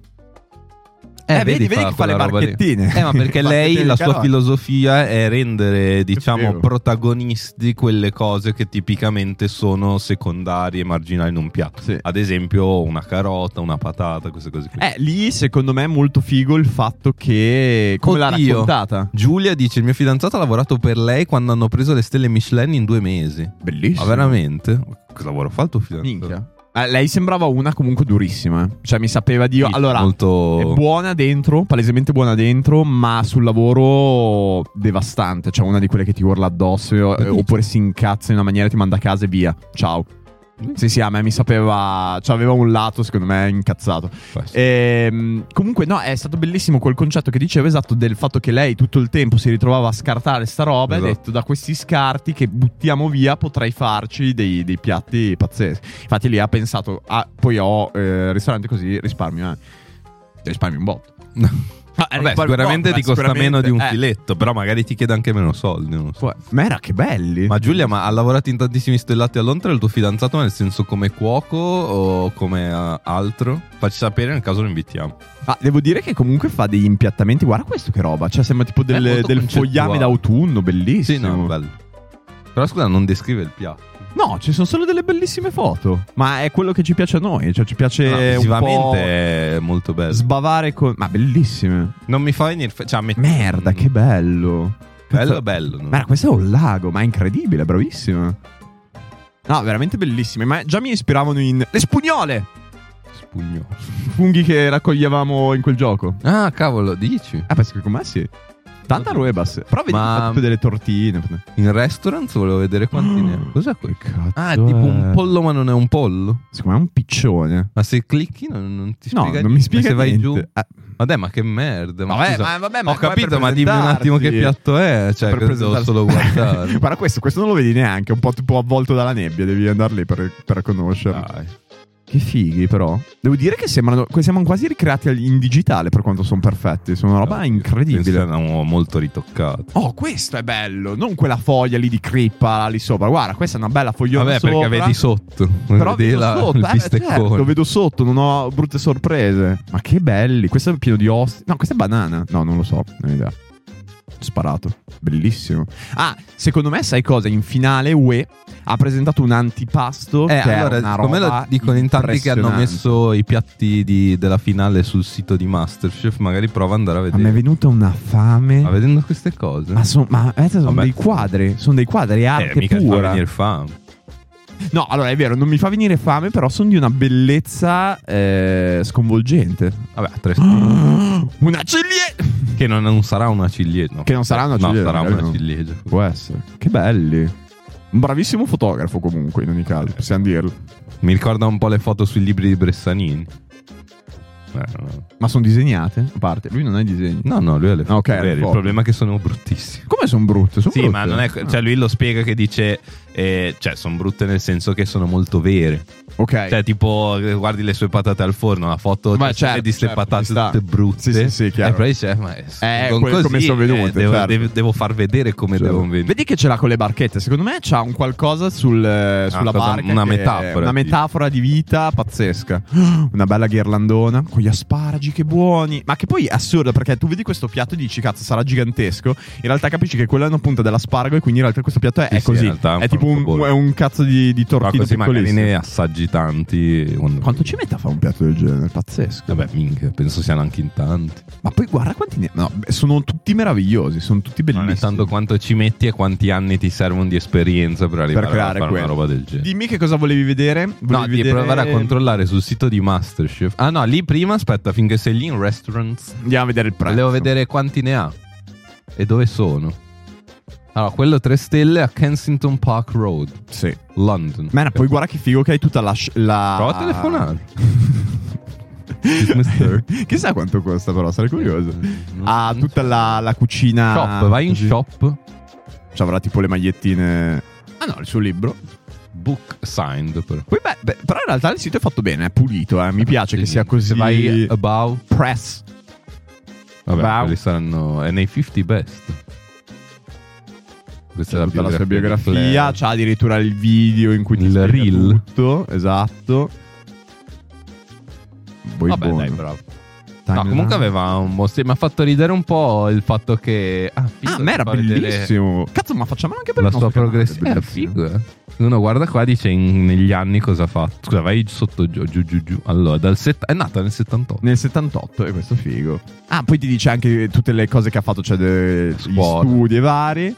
Eh, Eh, vedi, vedi, che fa quella le roba lì. barchettine. Eh, ma perché lei, Barchettine la di sua carote. filosofia è rendere, diciamo, figo. protagonisti quelle cose che tipicamente sono secondarie e marginali in un piatto. Sì. Ad esempio, una carota, una patata, queste cose qui. Eh, lì secondo me è molto figo il fatto che. Come l'ha Oddio. raccontata? Giulia dice: Il mio fidanzato ha lavorato per lei quando hanno preso le stelle Michelin in due mesi. Bellissimo. Ma veramente? Che lavoro fa il tuo fidanzato? Minchia. Eh, lei sembrava una comunque durissima. eh. Cioè, mi sapeva di. Sì, Allora, molto... è buona dentro, palesemente buona dentro, ma sul lavoro devastante. Cioè, una di quelle che ti urla addosso eh, dici? oppure si incazza in una maniera e ti manda a casa e via. Ciao. Sì, sì, a me mi sapeva. Cioè, aveva un lato, secondo me, incazzato. Eh, Ehm, comunque, no, è stato bellissimo quel concetto che dicevo esatto del fatto che lei tutto il tempo si ritrovava a scartare sta roba. E ha Esatto. detto: da questi scarti che buttiamo via, potrei farci dei, dei piatti pazzeschi. Infatti, lì ha pensato: ah, poi ho eh, ristorante così risparmio. eh. Risparmio un botto. Ah, Vabbè, risparmio un botto, sicuramente ti eh, costa sicuramente. meno di un Eh, filetto, però magari ti chiede anche meno soldi. non lo so. poi- Ma era che belli. Ma Giulia, ma ha lavorato in tantissimi stellati a Londra il tuo fidanzato, nel senso come cuoco o come eh, altro? Facci sapere nel caso lo invitiamo. Ah, devo dire che comunque fa degli impiattamenti. Guarda questo che roba. Cioè, sembra tipo del- molto del concettuale. fogliame d'autunno, bellissimo. Sì, no, bello. Però scusa, non descrive il piatto. No, ci sono solo delle bellissime foto. Ma è quello che ci piace a noi. Cioè, ci No, piace un visivamente po' è molto bello. sbavare con. Ma bellissime. non mi fa venire... fe- Cioè, mi- Merda, che bello. Bello, bello. no? Ma questo è un lago, ma è incredibile, bravissimo. No, veramente bellissime. Ma già mi ispiravano in. Le spugnole! Spugno. Funghi che raccoglievamo in quel gioco. Ah, cavolo, dici? Ah, penso che con me sì. Tanta ruebas. Però vedi Ma- che fa tutte delle tortine. In restaurant volevo vedere quanti ne ha. Cos'è quel cazzo? Ah, è tipo un è? pollo, ma non è un pollo. Secondo me è un piccione. Ma se clicchi non, non ti No, spiega non mi spiega se vai niente. giù. Ah, Vabbè, ma che merda. Ma scusa, eh, vabbè, ho capito, ma dimmi un attimo che piatto è. Cioè, che devo presentarsi. solo guardare. Guarda questo, questo non lo vedi neanche, è un po' tipo avvolto dalla nebbia, devi andare lì per, per conoscerlo. Dai. Ah, Che fighi però. Devo dire che sembrano, que- siamo quasi ricreati al- in digitale per quanto sono perfetti, sono una roba Dai, incredibile. Penso siano molto ritoccato. Oh, questo è bello, non quella foglia lì di crippa lì sopra, guarda, questa è una bella fogliona Vabbè, sopra. perché vedi sotto. Però vedi vedo la- sotto, il eh, bisteccone. certo, lo vedo sotto, non ho brutte sorprese. Ma che belli, questo è pieno di osti. No, questa è banana. No, non lo so, non ho idea. Sparato, bellissimo. Ah, secondo me, sai cosa? In finale, UE ha presentato un antipasto. Eh, che è allora, una come roba lo dicono in tanti che hanno impressionante. messo i piatti di- della finale sul sito di Masterchef, magari prova ad andare a Ah, Mi è vedere. venuta una fame. Ma vedendo queste cose, Ma, son- ma aspetta, sono Vabbè. dei quadri, sono dei quadri, è eh, arte mica ti fa pura. venire fame. No, allora è vero, non mi fa venire fame, però sono di una bellezza eh, sconvolgente. Vabbè, tre Una ciliegia! che non, non sarà una ciliegia. no. Che non sarà una No, ciliegia, sarà magari una no. ciliegia. Può essere. Che belli. Un bravissimo fotografo comunque, in ogni caso, possiamo dirlo. Mi ricorda un po' le foto sui libri di Bressanini. Eh, Ma sono disegnate? A parte, lui non ha i disegni. No, no, lui ha le foto ok, le vere. Il foto. problema è che sono bruttissime. Come sono brutte? Sono Sì, brutte. ma non è. Cioè, lui lo spiega che dice. eh, cioè, sono brutte nel senso che sono molto vere. Ok. Cioè, tipo, eh, guardi le sue patate al forno, la foto Ma cioè, certo, vedi ste certo, patate ci sta. tutte Sì, brutte. sì, sì, chiaro. E poi dice, eh, ma Eh, con quel- così, come sono venute, devo, certo. devo- devo far vedere come Cioè, devono venire. Vedi che ce l'ha con le barchette. Secondo me c'ha un qualcosa sul, eh, sulla Ah, cosa- barca. una che è metafora, Una tipo. metafora di vita pazzesca. Una bella ghirlandona con gli asparagi, che buoni. Ma che poi è assurdo perché tu vedi questo piatto e dici, cazzo, sarà gigantesco. In realtà capisci che quella è una punta dell'aspargo e quindi in realtà questo piatto è, Sì, è sì, così. in realtà è un è tipo un, francobollo. è un cazzo di, di Però tortino così magari piccolissimo. ne assaggi tanti. quando- Quanto ci mette a fare un piatto del genere? Pazzesco. Vabbè, minchia, penso siano anche in tanti. Ma poi guarda quanti ne... No, beh, sono tutti meravigliosi, sono tutti bellissimi. Non è tanto quanto ci metti e quanti anni ti servono di esperienza per arrivare creare a fare quello. una roba del genere. Dimmi che cosa volevi vedere. No, Volevi di vedere- provare a controllare sul sito di Masterchef. Ah no, lì prima aspetta finché sei lì in restaurants. Andiamo a vedere il prezzo. Volevo vedere quanti ne ha e dove sono. Allora, quello 3 stelle a Kensington Park Road, Sì. London. Ma poi guarda che figo che hai tutta la... sc- la... Prova a telefonare. mister. telefonare. Chissà quanto costa però, sarei curioso. Ha Ah, tutta la, la cucina... Shop, vai in così. shop. Ci avrà tipo le magliettine... Ah no, il suo libro. Book signed. Però, Poi beh, beh, però in realtà il sito è fatto bene, è pulito, eh. mi piace che Sì, sia così... eh, Se vai about. press. Vabbè, Wow. quelli saranno. È nei 50 best. Questa C'è tutta la sua di Flair. biografia, c'ha addirittura il video in cui ti Il spiega reel. tutto, esatto. Poi Vabbè, buono. dai, bravo. Time No, comunque out. aveva un bo- sì, Mi ha fatto ridere un po' il fatto che. Ah, figo, Ah, ma era fa vedere bellissimo. Cazzo, ma facciamo anche per La il sua nostro canale, progressione. Eh, bellissimo. figo, eh. Uno guarda qua, dice in- negli anni cosa ha fatto. Scusa, vai sotto giù, giù, giù, giù. Allora, dal set- è nata nel 78. Nel 78 e questo figo. Ah, poi ti dice anche tutte le cose che ha fatto, cioè de- gli Scuola. studi e vari.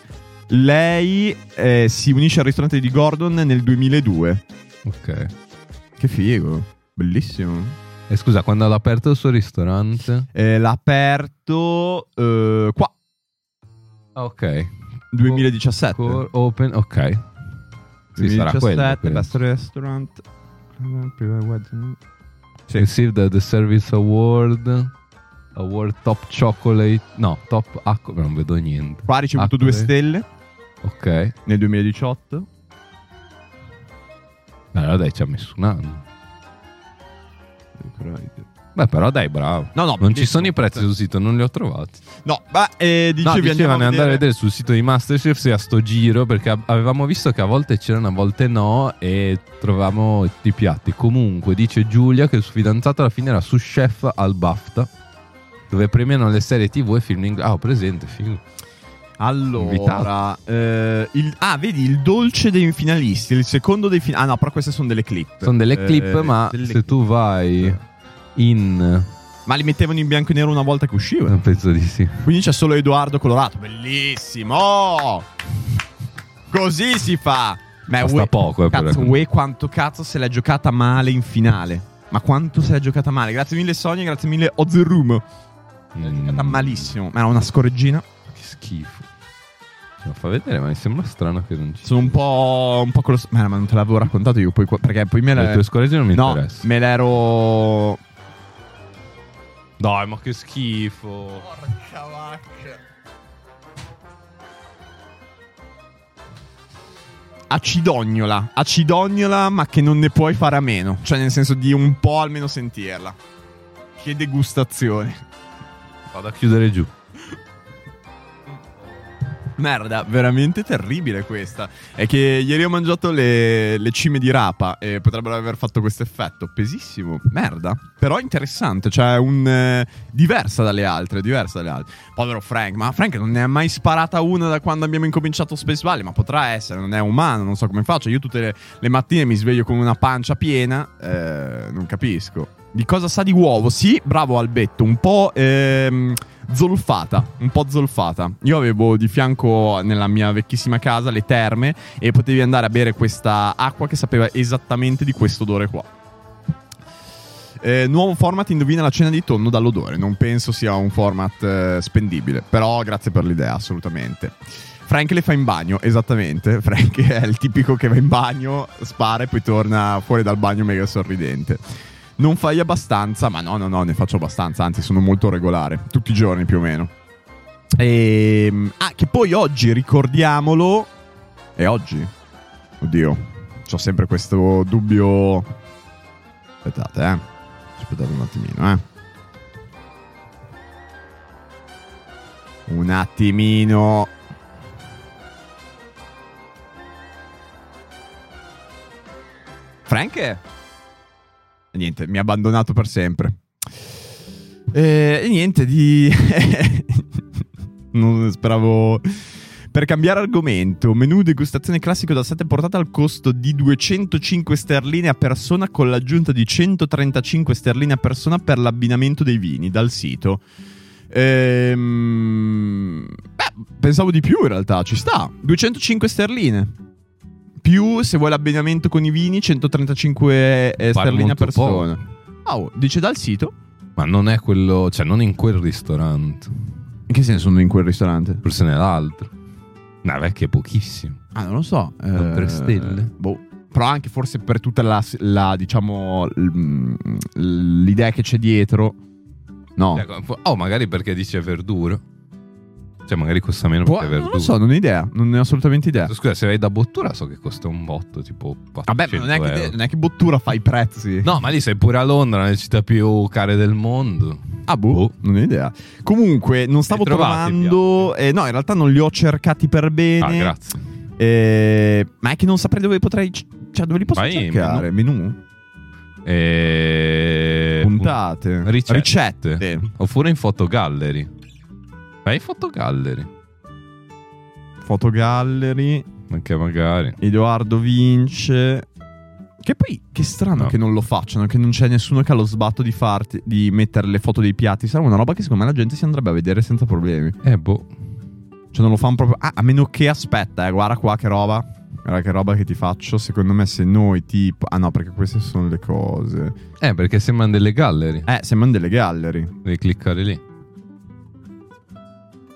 Lei eh, si unisce al ristorante di Gordon nel 2002. Ok. Che figo, bellissimo. E scusa, quando l'ha aperto il suo ristorante? Eh, l'ha aperto eh, qua, Ah, ok. 2017. Core open, ok. Sì, sarà quello, quindi. Best Restaurant. Private Wedding. Received the Service Award. Award Top Chocolate. No, Top Acqua. Non vedo niente. Qua ha ricevuto Ah, due sì. stelle Ok. Beh, nel 2018. Allora dai, ci ha messo un anno. Beh, però dai, bravo. No, no, Non ci bellissimo. sono i prezzi sul sito, non li ho trovati. No, ma eh, No, dicevi dicevano andiamo di andare a vedere sul sito di Masterchef se a sto giro, perché a- avevamo visto che a volte c'erano, a volte no, e trovavamo i piatti. Comunque, dice Giulia che il suo fidanzato alla fine era su chef al BAFTA, dove premiano le serie TV e film inglesi. Ah, ho presente, figo. Allora, eh, il- ah, vedi il dolce dei finalisti, il secondo dei finalisti. Ah, no, però queste sono delle clip. Sono delle Eh, clip, ma delle se tu vai in... Ma li mettevano in bianco e nero una volta che uscivano. Penso di sì. Quindi c'è solo Edoardo Colorato. Bellissimo! Così si fa. Ma Costa Ue- poco, eh, per cazzo, raccontare. Ue quanto cazzo se l'ha giocata male in finale. Ma quanto se l'ha giocata male. Grazie mille Sonia, grazie mille Ozerum. L'ha giocata Mm. malissimo. Ma era una scorreggina. Che schifo. Ce la fa vedere, ma mi sembra strano che non ci Sono un po'. un po' quello. Ma non te l'avevo raccontato io poi. qua- Perché poi me Le l'ero. tue scorregge non mi No, interessano. me l'ero. Dai, ma che schifo. Porca vacca. Acidognola, acidognola, ma che non ne puoi fare a meno. Cioè, nel senso di un po' almeno sentirla. Che degustazione. Vado a chiudere giù. Merda, veramente terribile questa. È che ieri ho mangiato le, le cime di rapa e potrebbero aver fatto questo effetto. Pesissimo, merda. Però interessante, cioè un, eh, diversa dalle altre, diversa dalle altre. Povero Frank, ma Frank non ne ha mai sparata una da quando abbiamo incominciato Space Valley, ma potrà essere, non è umano, non so come faccio. Io tutte le, le mattine mi sveglio con una pancia piena, eh, non capisco. Di cosa sa di uovo? Sì, bravo Albetto, un po' ehm, zolfata, un po' zolfata. Io avevo di fianco nella mia vecchissima casa le terme e potevi andare a bere questa acqua che sapeva esattamente di questo odore qua. Eh, nuovo format indovina la cena di tonno dall'odore. Non penso sia un format eh, spendibile, però grazie per l'idea, assolutamente. Frank le fa in bagno, esattamente. Frank è il tipico che va in bagno, spara e poi torna fuori dal bagno mega sorridente. Non fai abbastanza, ma no, no, no, ne faccio abbastanza, anzi sono molto regolare, tutti i giorni più o meno. Ehm, ah, che poi oggi, ricordiamolo, è oggi. Oddio, ho sempre questo dubbio... Aspettate, eh. Aspettate un attimino, eh. Un attimino. Frank? Niente, mi ha abbandonato per sempre. Eh, E niente di... non speravo... Per cambiare argomento, menù degustazione classico da 7 portate al costo di 205 sterline a persona con l'aggiunta di 135 sterline a persona per l'abbinamento dei vini dal sito. Ehm, beh, pensavo di più in realtà, ci sta. 205 sterline. Più se vuoi l'abbinamento con i vini 135 eh, Pare sterline a molto persona. Oh, dice dal sito. Ma non è quello, cioè non in quel ristorante, In che senso sono in quel ristorante? forse nell'altro. No, beh, che è pochissimo. Ah, non lo so. Con tre stelle? Boh. Però anche forse per tutta la, la, diciamo, l- l'idea che c'è dietro. No. Cioè, come- Oh, magari perché dice verdura. Cioè, magari costa meno Può- perché è non verdura. lo so, non ho idea. Non ne ho assolutamente idea. Scusa, se vai da bottura so che costa un botto, tipo 400 Vabbè, Ah, ma non è, che, euro. te- non è che boh, Bottura fa i prezzi. No, ma lì sei pure a Londra, le città più care del mondo. Ah, boh, Boh. non ho idea. Comunque, non stavo trovati i trovando. eh, no, in realtà non li ho cercati per bene. Ah, grazie. Eh, ma è che non saprei dove potrei. Cioè, dove li posso Vai in cercare? Menù? E... Puntate. Ricette. Ricette. Oppure in fotogallery. Vai in fotogallery. Fotogallery. Anche magari. Edoardo vince. Che poi, che strano No. che non lo facciano, che non c'è nessuno che ha lo sbatto di, farti, di mettere le foto dei piatti. Sarà una roba che secondo me la gente si andrebbe a vedere senza problemi. Eh, boh. Cioè, non lo fanno proprio. Ah, a meno che aspetta, eh, guarda qua che roba. Guarda che roba che ti faccio. Secondo me, se noi tipo. Ah, no, perché queste sono le cose. Eh, perché sembrano delle gallery. Eh, sembrano delle gallery. Devi cliccare lì.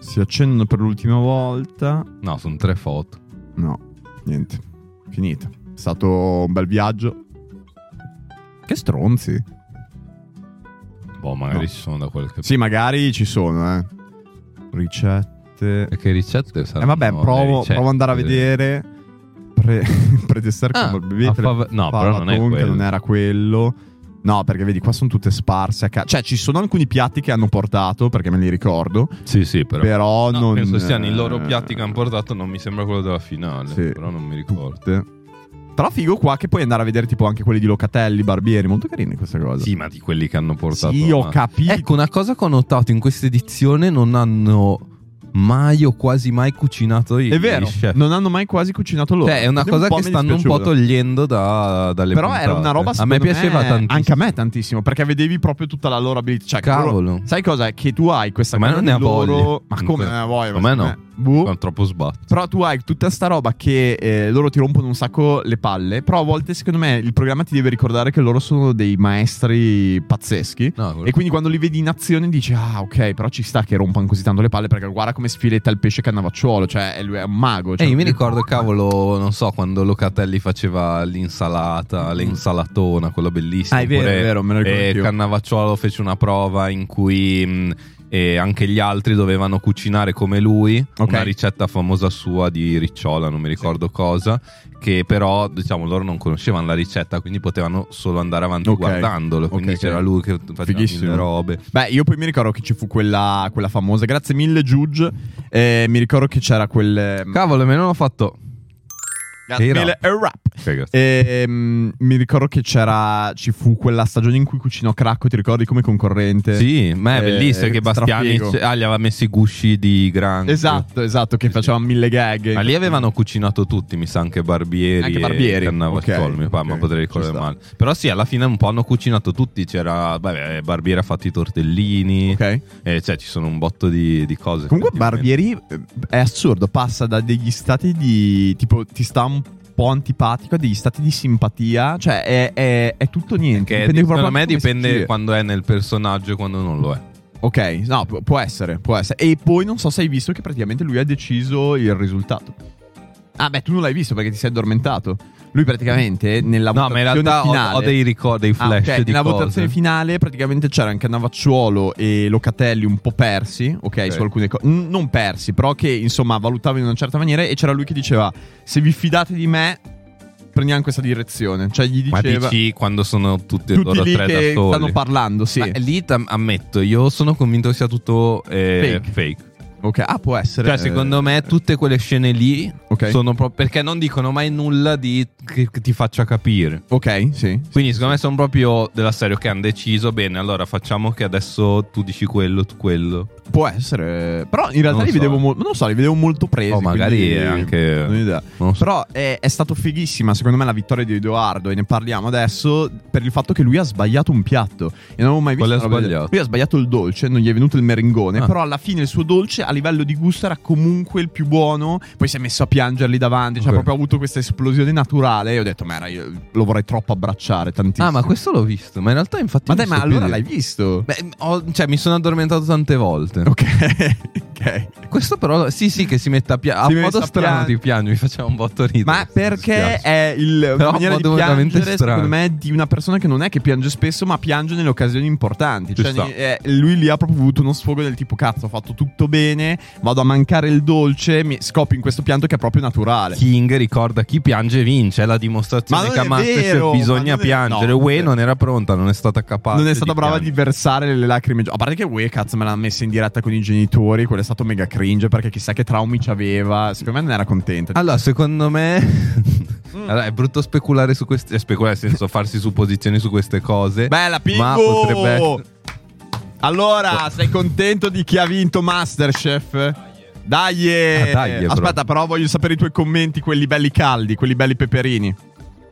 Si accendono per l'ultima volta. No, sono tre foto. No, niente. Finita. È stato un bel viaggio. Che stronzi. Boh, magari No. ci sono da qualche Sì, magari ci sono, eh. Ricette. Perché ricette Eh saranno Cioè, vabbè, le provo, ricette. provo ad andare a vedere. Pre, pretestare Ah, come bevete. a fav- no, però non è che quello. non era quello. No, perché vedi, qua sono tutte sparse. A ca- cioè, ci sono alcuni piatti che hanno portato, perché me li ricordo. Sì, sì, però. Però No, non. Penso siano i loro eh, piatti che hanno portato, non mi sembra quello della finale, Sì. però non mi ricordo. tutte. Però figo qua che puoi andare a vedere tipo anche quelli di Locatelli, Barbieri, molto carini questa cosa. Sì, ma di quelli che hanno portato. Sì, ho ma- capito. Ecco, una cosa che ho notato in questa edizione non hanno mai o quasi mai cucinato i è vero, gli chef. non hanno mai quasi cucinato loro. Cioè, è una Ed un cosa po' che mi stanno un po' dispiaciuta. togliendo da- dalle Però puntate. era una roba A me secondo piaceva tantissimo. Anche a me tantissimo, perché vedevi proprio tutta la loro abilità. Cioè, Cavolo. loro- sai cosa? è? Che tu hai questa Ma cosa non di ne ha loro- voglia. Ma come Ancora. ne ha voglia? Come no? Boh. Sono troppo sbatto. Però tu hai tutta sta roba che eh, loro ti rompono un sacco le palle. Però a volte, secondo me, il programma ti deve ricordare che loro sono dei maestri pazzeschi. No, E quindi quando li vedi in azione dici Ah ok però ci sta che rompano così tanto le palle Perché guarda come sfiletta il pesce cannavacciuolo Cioè è- lui è un mago E cioè, eh, io mi ricordo, cavolo, non so, quando Locatelli faceva l'insalata, Mm. l'insalatona, quella bellissima. Ah è vero oppure- è vero me lo ricordo E anch'io. eh, Cannavacciuolo fece una prova in cui mh, eh, anche gli altri dovevano cucinare come lui. Ok. Una ricetta famosa sua di Ricciola, non mi ricordo cosa. Che però, diciamo, loro non conoscevano la ricetta, quindi potevano solo andare avanti Ok. guardandolo. Quindi Ok, c'era ok. lui che faceva Fighissimo. le robe. Beh, io poi mi ricordo che ci fu quella, quella famosa. Grazie mille, Giuge. Eh, mi ricordo che c'era quel. mm, Cavolo, me non l'ho fatto. Grazie il mille, rap. è un rap. Figa. Ehm, mi ricordo che c'era. Ci fu quella stagione in cui cucinò Cracco. Ti ricordi come concorrente? Sì, ma è Eh, bellissimo che Bastiani strapiego. ah, gli aveva messo i gusci di granchio. Esatto, esatto, che Sì, sì. faceva mille gag. Ma lì avevano cucinato tutti, mi sa anche Barbieri. Anche e Barbieri, Cannavacciuolo, ok, mi pare, ok, ma ci potrei ricordare sta. male. Però sì, alla fine un po' hanno cucinato tutti. C'era, vabbè, Barbieri ha fatto i tortellini, Ok. eh, cioè ci sono un botto di, di cose. Comunque effettivamente. Barbieri eh, è assurdo, passa da degli stati di... tipo ti sta un po' antipatico a degli stati di simpatia, cioè è, è- è tutto niente. Che dipende di- proprio secondo me da come si dipende gira. quando è nel personaggio e quando non lo è. Ok, no, pu- può essere, può essere. E poi non so se hai visto che praticamente lui ha deciso il risultato. Ah, beh, tu non l'hai visto perché ti sei addormentato. Lui praticamente nella No, ma in votazione realtà ho- finale ho, dei ricordi, dei Ah, flash. ok, di nella cose. votazione finale praticamente c'erano Cannavacciuolo e Locatelli un po' persi, ok, Ok. su alcune cose, non persi, però che insomma valutavano in una certa maniera e c'era lui che diceva "Se vi fidate di me, prendiamo questa direzione". Cioè gli Ma diceva dici quando sono tutti, tutti loro lì tre che da soli. stanno parlando, sì. Ma eh, lì tam- ammetto, io sono convinto che sia tutto eh, Fake. fake. Ok, ah può essere. Eh, Cioè, secondo me, tutte quelle scene lì Ok. sono proprio. Perché non dicono mai nulla di, che, che ti faccia capire. Ok, sì. Quindi, secondo me, sono proprio della serie che hanno deciso. Bene, allora facciamo che adesso tu dici quello, tu quello. Può essere. Però in realtà Non li so. eh. vedevo molto. Non so, li vedevo molto presi. Oh, magari quindi- è anche- Non ho idea. Non lo so. Però è, è stato fighissima, secondo me, la vittoria di Edoardo. E ne parliamo adesso. Per il fatto che lui ha sbagliato un piatto. E non avevo mai visto. Quale ha una roba del- sbagliato? Lui ha sbagliato il dolce, non gli è venuto il merengone. Ah. Però alla fine il suo dolce, a livello di gusto, era comunque il più buono. Poi si è messo a piangerli davanti. Cioè, Ok. ha proprio avuto questa esplosione naturale. E ho detto, ma era, io lo vorrei troppo abbracciare. Tantissimo. Ah, ma questo l'ho visto. Ma in realtà, infatti. Ma non dai, ma so allora più l'hai dire. visto? Beh, ho- cioè, mi sono addormentato tante volte. Ok, ok. Questo, però, sì, sì, che si mette a Si piangere. A mette modo a strano piangere. di piangere, mi faceva un botto ridere. Ma perché Dispiace. è il Però la a maniera di modo veramente piangere, strano. secondo me, di una persona che non è che piange spesso, ma piange nelle occasioni importanti. Ci Cioè, sta. ne- eh, lui lì ha proprio avuto uno sfogo del tipo: cazzo, ho fatto tutto bene, vado a mancare il dolce, mi scopio in questo pianto che è proprio naturale. King ricorda chi piange vince, è la dimostrazione Ma non che è a Masterchef vero, bisogna ma non è- piangere. no, non è Uè vero. non era pronta, non è stata capace. Non è stata brava di piangere. versare le lacrime. A parte che Wee, cazzo, me l'ha messa in diretta con i genitori. Quello è stato mega cringe perché chissà che traumi c'aveva. Secondo me non era contenta. Allora, secondo me Mm. allora, è brutto speculare su queste eh, speculare nel senso farsi supposizioni su queste cose. Bella Ma Pingu! potrebbe Allora, sei contento di chi ha vinto Masterchef? Dai! Ah, dai, bro. Aspetta, però voglio sapere i tuoi commenti, quelli belli caldi, quelli belli peperini.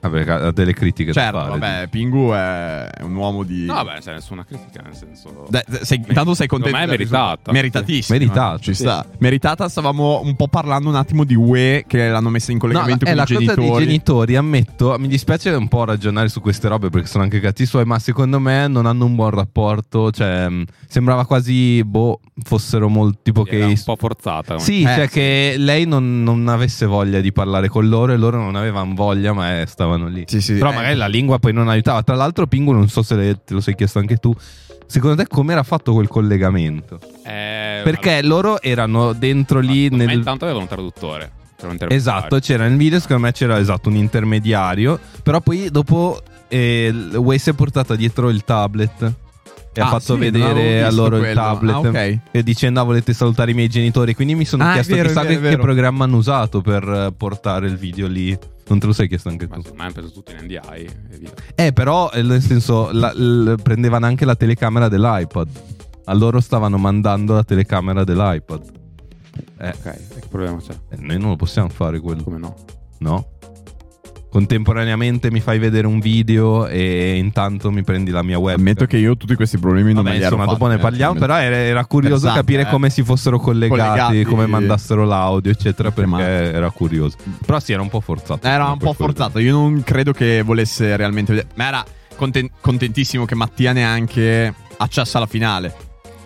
Ah, perché ha delle critiche Certo, da fare. vabbè, Pingu è un uomo di... No, beh, c'è nessuna critica, nel senso... Dai, sei- intanto sei contento. me è del meritata. risultato? Meritatissima. Meritata, Ci sì. sta. Meritata, stavamo un po' parlando un attimo di UE che l'hanno messa in No, collegamento è con la i cosa dei genitori. genitori, ammetto, mi dispiace un po' ragionare su queste robe perché sono anche cazzi suoi, ma secondo me non hanno un buon rapporto, cioè mh, sembrava quasi, boh, fossero molto, tipo che... Era un po' forzata. Sì, Eh, cioè sì. che lei non, non avesse voglia di parlare con loro e loro non avevano voglia, ma eh, stavano lì. Sì, sì, Però eh. magari la lingua poi non aiutava. Tra l'altro, Pingu, non so se le- te lo sei chiesto anche tu. Secondo te com'era fatto quel collegamento? Eh, Perché loro erano dentro allora, lì secondo me nel... Intanto aveva un traduttore. per interpretare. Esatto, c'era nel video, secondo me c'era esatto un intermediario, però poi dopo eh, Way si è portata dietro il tablet e Ah, Eh, ha fatto sì, non avevo vedere visto a loro il quello. tablet Ah, ok. e dicendo "Ah, volete salutare i miei genitori, quindi mi sono Ah, è chiesto vero, chissà è vero, che, è che vero. programma hanno usato per eh, portare il video lì. Non te lo sei chiesto anche Ma tu? secondo me hanno preso tutti in NDI e via. Eh, però, eh, nel senso, la- l- prendevano anche la telecamera dell'iPad. A loro stavano mandando la telecamera dell'iPad. Eh, Ok, e che problema c'è? eh, noi non lo possiamo fare quello. Come no? No. Contemporaneamente mi fai vedere un video e intanto mi prendi la mia web. Ammetto che io tutti questi problemi non Vabbè, me li ero insomma, dopo fatti, ne eh, parliamo, sì, però era, era curioso Interessante, capire eh. come si fossero collegati, Collegati. come mandassero l'audio, eccetera, perché Chiamate. era curioso. Però sì, era un po' forzato. Era un po' Quello. forzato, io non credo che volesse realmente vedere. Ma era conten- contentissimo che Mattia neanche accessa alla finale.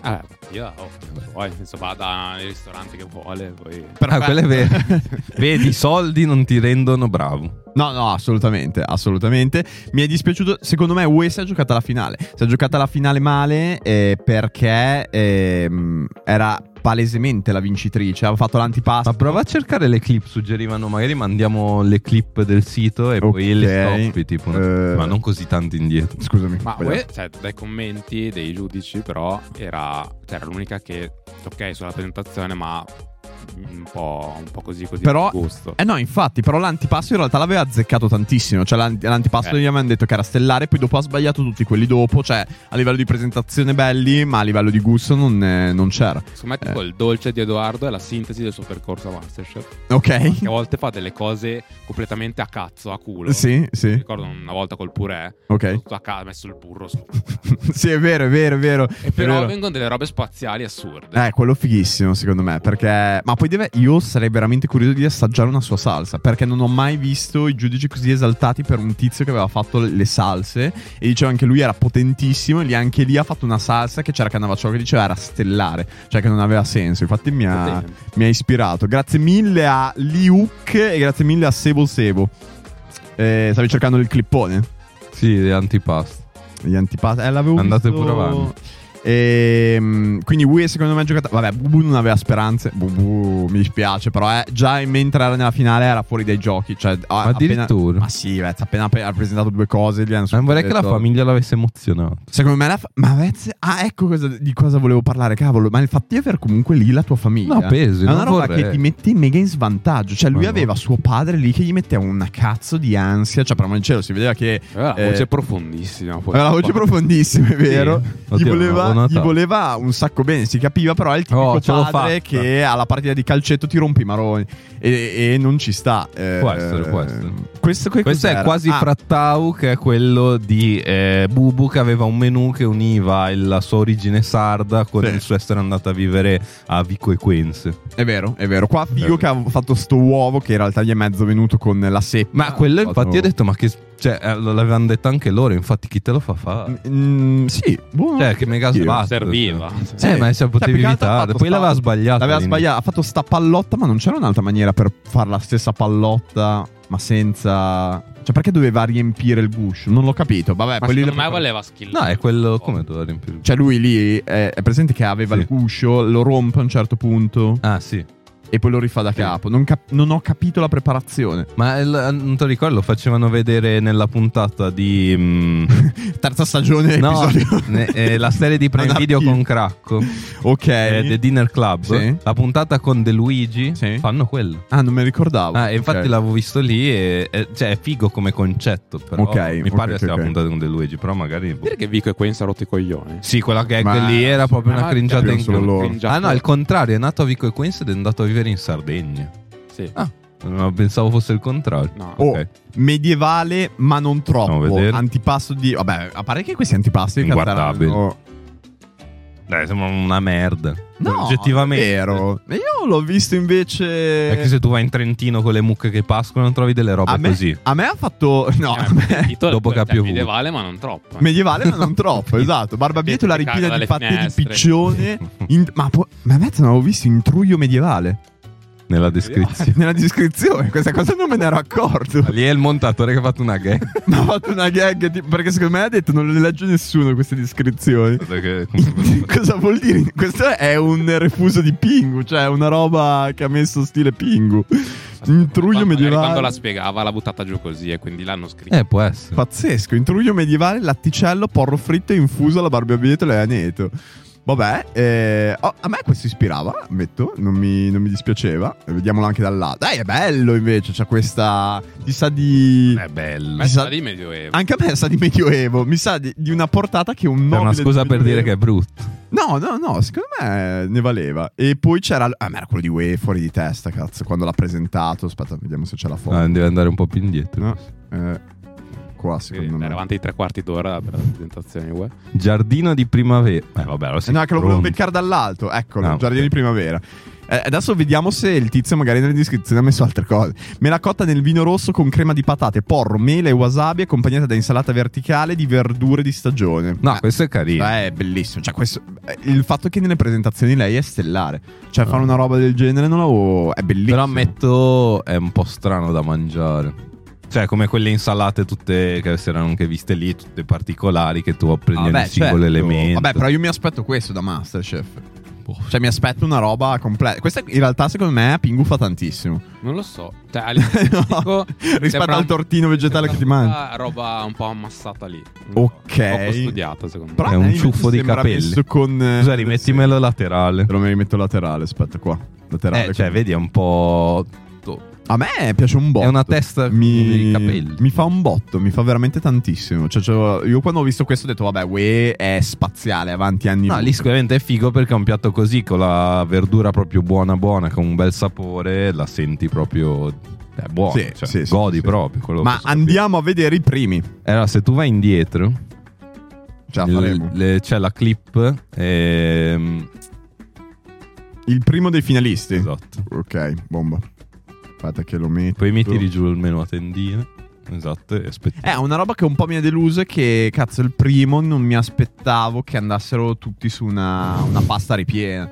Ah, io oh, poi nel senso vada nei ristoranti che vuole, poi Però Ah, quello è vero. Vedi, i soldi non ti rendono bravo. No, no, assolutamente, assolutamente. Mi è dispiaciuto, secondo me UE si è giocata la finale. Si è giocata la finale male eh, perché ehm, era palesemente la vincitrice, aveva fatto l'antipasto. Ma prova a cercare le clip, suggerivano, magari mandiamo le clip del sito e poi Ok. le stoppi, tipo, Eh. ma non così tanto indietro. Scusami. Ma voglio- Uè, cioè, dai commenti dei giudici, però, era, cioè, era l'unica che, ok, sulla presentazione, ma un po', un po' così, così. Però- per gusto. Eh no, infatti, però l'antipasto in realtà l'aveva azzeccato tantissimo. Cioè, l'ant- l'antipasto Eh. gli avevano detto che era stellare, poi dopo ha sbagliato tutti quelli dopo. Cioè, a livello di presentazione belli, ma a livello di gusto non, eh, non c'era. Secondo me, eh. tipo, il dolce di Edoardo è la sintesi del suo percorso a Masterchef. Ok? Che a volte fa delle cose completamente a cazzo, a culo. Sì, Mi sì. ricordo una volta col purè, Ok. tutto a ca- ha messo il burro sopra. sì, è vero, è vero, è vero. E però È vero. vengono delle robe spaziali assurde. Eh, quello fighissimo secondo me, perché... Ma poi deve... Io sarei veramente curioso di assaggiare una sua salsa, perché non ho mai visto i giudici così esaltati per un tizio che aveva fatto le- le salse e dicevano che lui era potentissimo e lì anche lì ha fatto una salsa che c'era Cannavacciolo che diceva era stellare, cioè che non aveva senso, infatti mi ha, Potente. mi ha ispirato. Grazie mille a Liuk e grazie mille a Sebo Sebo. Eh, stavi cercando il clippone? Sì, le antipasto. Gli antipasti. Eh, l'avevo Andate visto- pure avanti. Ehm, quindi Wii secondo me ha giocato. Vabbè, Bubu non aveva speranze. Bubu mi dispiace, però eh, già mentre era nella finale era fuori dai giochi. Cioè, ah, Addirittura. appena- ma sì, Vez, appena pe- ha presentato due cose. Gli hanno Ma vorrei che la detto- famiglia l'avesse emozionato. Secondo me la. fa- ma Vez. Ah, ecco cosa- di cosa volevo parlare, cavolo. Ma il fatto di aver comunque lì la tua famiglia. No, pesi, È una non roba vorrei. che ti mette mega in svantaggio. Cioè, lui Ma no. aveva suo padre lì che gli metteva una cazzo di ansia. Cioè, per amor del cielo, si vedeva che Aveva la Eh. voce profondissima. poi. aveva la voce profondissima, è vero. gli, Oddio, voleva, non ho notato. gli voleva un sacco bene, si capiva, però è il tipico Oh, ce l'ho padre fatta. che alla partita di calcetto ti rompe i maroni e, e non ci sta. eh, Può essere, può eh, essere. Questo, qui Questo è cos'era? quasi Ah, Frattau, che è quello di eh, Bubu, che aveva un menù che univa il- la sua origine sarda con Sì. il suo essere andata a vivere a Vico Equense. È vero, è vero. Qua vero. Figo che ha fatto sto uovo che in realtà gli è mezzo venuto con la seppa. Ma quello, Fatto- infatti, ho detto, ma che. Cioè, eh, lo- l'avevano detto anche loro, infatti, chi te lo fa fare? Mm, sì, buono. Cioè, che mega Io. sbatto. Serviva. Sì, eh, ma se Cioè, potevi più che altro ha evitare. fatto Poi sta- l'aveva sbagliato. L'aveva all'inizio. sbagliato, ha fatto sta pallotta, ma non c'era un'altra maniera per fare la stessa pallotta, ma senza... Cioè, perché doveva riempire il guscio? Non l'ho capito, vabbè. Ma poi lì secondo lo- me voleva skill. Oh. No, è quello. Come doveva riempire? Cioè, lui lì eh, è presente che aveva Sì. il guscio, lo rompe a un certo punto Ah, sì. e poi lo rifà da Sì. capo. Non, cap- non ho capito la preparazione. Ma il- non te lo ricordo, lo facevano vedere nella puntata di. mm, Terza stagione, no, episodio. ne- eh, la serie di Prime Anarchia. Video con Cracco. Ok. eh, The Dinner Club. Sì. La puntata con De Luigi. Sì. Fanno quello. Ah, non me ricordavo. Ah, e infatti Ok. l'avevo visto lì. E, e- cioè, è figo come concetto. Però Ok, mi ok, pare ok, sia ok. la puntata con De Luigi. Però magari. boh. Dire che Vico e Quenza ha rotto i coglioni. Sì, quella gag Ma- lì era proprio una Ah, cringiata capivo in solo loro. Ah no, al contrario, è nato a Vico e Quince ed è andato a vivere in Sardegna. Sì. Ah, No, pensavo fosse il contrario. No. Oh, Ok. medievale, ma non Andiamo a troppo. vedere. Antipasto di. Vabbè, a parte che questi antipasti di Inguardabili. Catalano- Dai, sembra una merda. No, oggettivamente. è vero. Io l'ho visto invece. Perché se tu vai in Trentino con le mucche che pascono, trovi delle robe a, me, così. Eh. a me ha fatto. No, Eh, a me- dopo che ha piovuto. cioè, medievale, ma non troppo. eh. medievale, ma non troppo. esatto. Barbabietola Perché ti ripiena di caga patte dalle di finestre. piccione. in- ma, po- ma mezzo non avevo visto intruglio medievale. Nella descrizione. Nella descrizione, questa cosa non me ne ero accorto. Lì è il montatore che ha fatto una gag. Mi ha fatto una gag. tipo- perché secondo me ha detto non le legge nessuno queste descrizioni. Perché- Cosa vuol dire? Questo è un refuso di Pingu, cioè una roba che ha messo stile Pingu. Intruglio Quando- magari Quando la medievale. spiegava l'ha buttata giù così e quindi l'hanno scritta. eh, può essere. Pazzesco, intruglio medievale, latticello, porro fritto infuso alla barbabietola e aneto. Vabbè, eh, oh, a me questo ispirava, ammetto, non mi, non mi dispiaceva. Eh, Vediamolo anche dal lato. Dai, è bello invece, c'è questa... Mi sa di... È bello. Ma è sa- stata di medioevo. Esatto. Anche a me sa di Medioevo, mi sa di, di una portata che un È nobile... una scusa di per dire Medioevo- che è brutto. No, no, no, secondo me ne valeva. E poi c'era. Ah, ma era quello di Way fuori di testa, cazzo. Quando l'ha presentato. Aspetta, vediamo se c'è la foto. Ah, deve andare un po' più indietro. No. Eh, qua, Sì, secondo me. era avanti i tre quarti d'ora per la presentazione UE. Giardino di primavera. Eh, vabbè, allora Eh, sei no, che lo volevo pronto. beccare dall'alto. Eccolo, Ah, ok. giardino di primavera. Eh, adesso vediamo se il tizio, magari nelle descrizioni, ha messo altre cose. Me la cotta nel vino rosso con crema di patate, porro, mele e wasabi, accompagnata da insalata verticale di verdure di stagione. No, questo è carino. Beh, è bellissimo. Cioè, questo- eh, il fatto che nelle presentazioni lei è stellare. Cioè, Ah. fare una roba del genere non l'avevo. È bellissimo. Però ammetto è un po' strano da mangiare. Cioè, come quelle insalate tutte che si erano anche viste lì, tutte particolari, che tu prendi Vabbè, ogni singolo certo. elemento. Boh. Vabbè, però io mi aspetto questo da Masterchef. Cioè, mi aspetto una roba completa. Questa in realtà, secondo me, Pingu fa tantissimo. Non lo so. Cioè, a livello estetico, Rispetto sembra al un- tortino vegetale che ti sembra mangi. una Roba un po' ammassata lì. Non Ok. so, Poco studiata, secondo Però a È me un invece ciuffo di sembra capelli. messo con. eh, Scusa, rimettimelo laterale. Te lo rimetto laterale, aspetta qua. Laterale. Eh, cioè, quindi. vedi, è un po'. A me piace un botto. È una testa con i capelli. mi fa un botto, mi fa veramente tantissimo. Cioè, cioè, io quando ho visto questo ho detto, vabbè, UE è spaziale, avanti anni. No, luce. lì sicuramente è figo perché è un piatto così, con la verdura proprio buona, buona, con un bel sapore, la senti proprio. È buono, Sì, cioè, sì, sì, godi sì. proprio. quello Ma posso capire. andiamo a vedere i primi. Allora, se tu vai indietro, Ce la il- faremo. le- c'è la clip. ehm, Il primo dei finalisti. Esatto. Ok, bomba. Aspetta che lo metto. Poi mi tiri giù il menu a tendina. Esatto, e aspetti. Eh, una roba che un po' mi ha deluso è che, cazzo, il primo non mi aspettavo che andassero tutti su una, una pasta ripiena.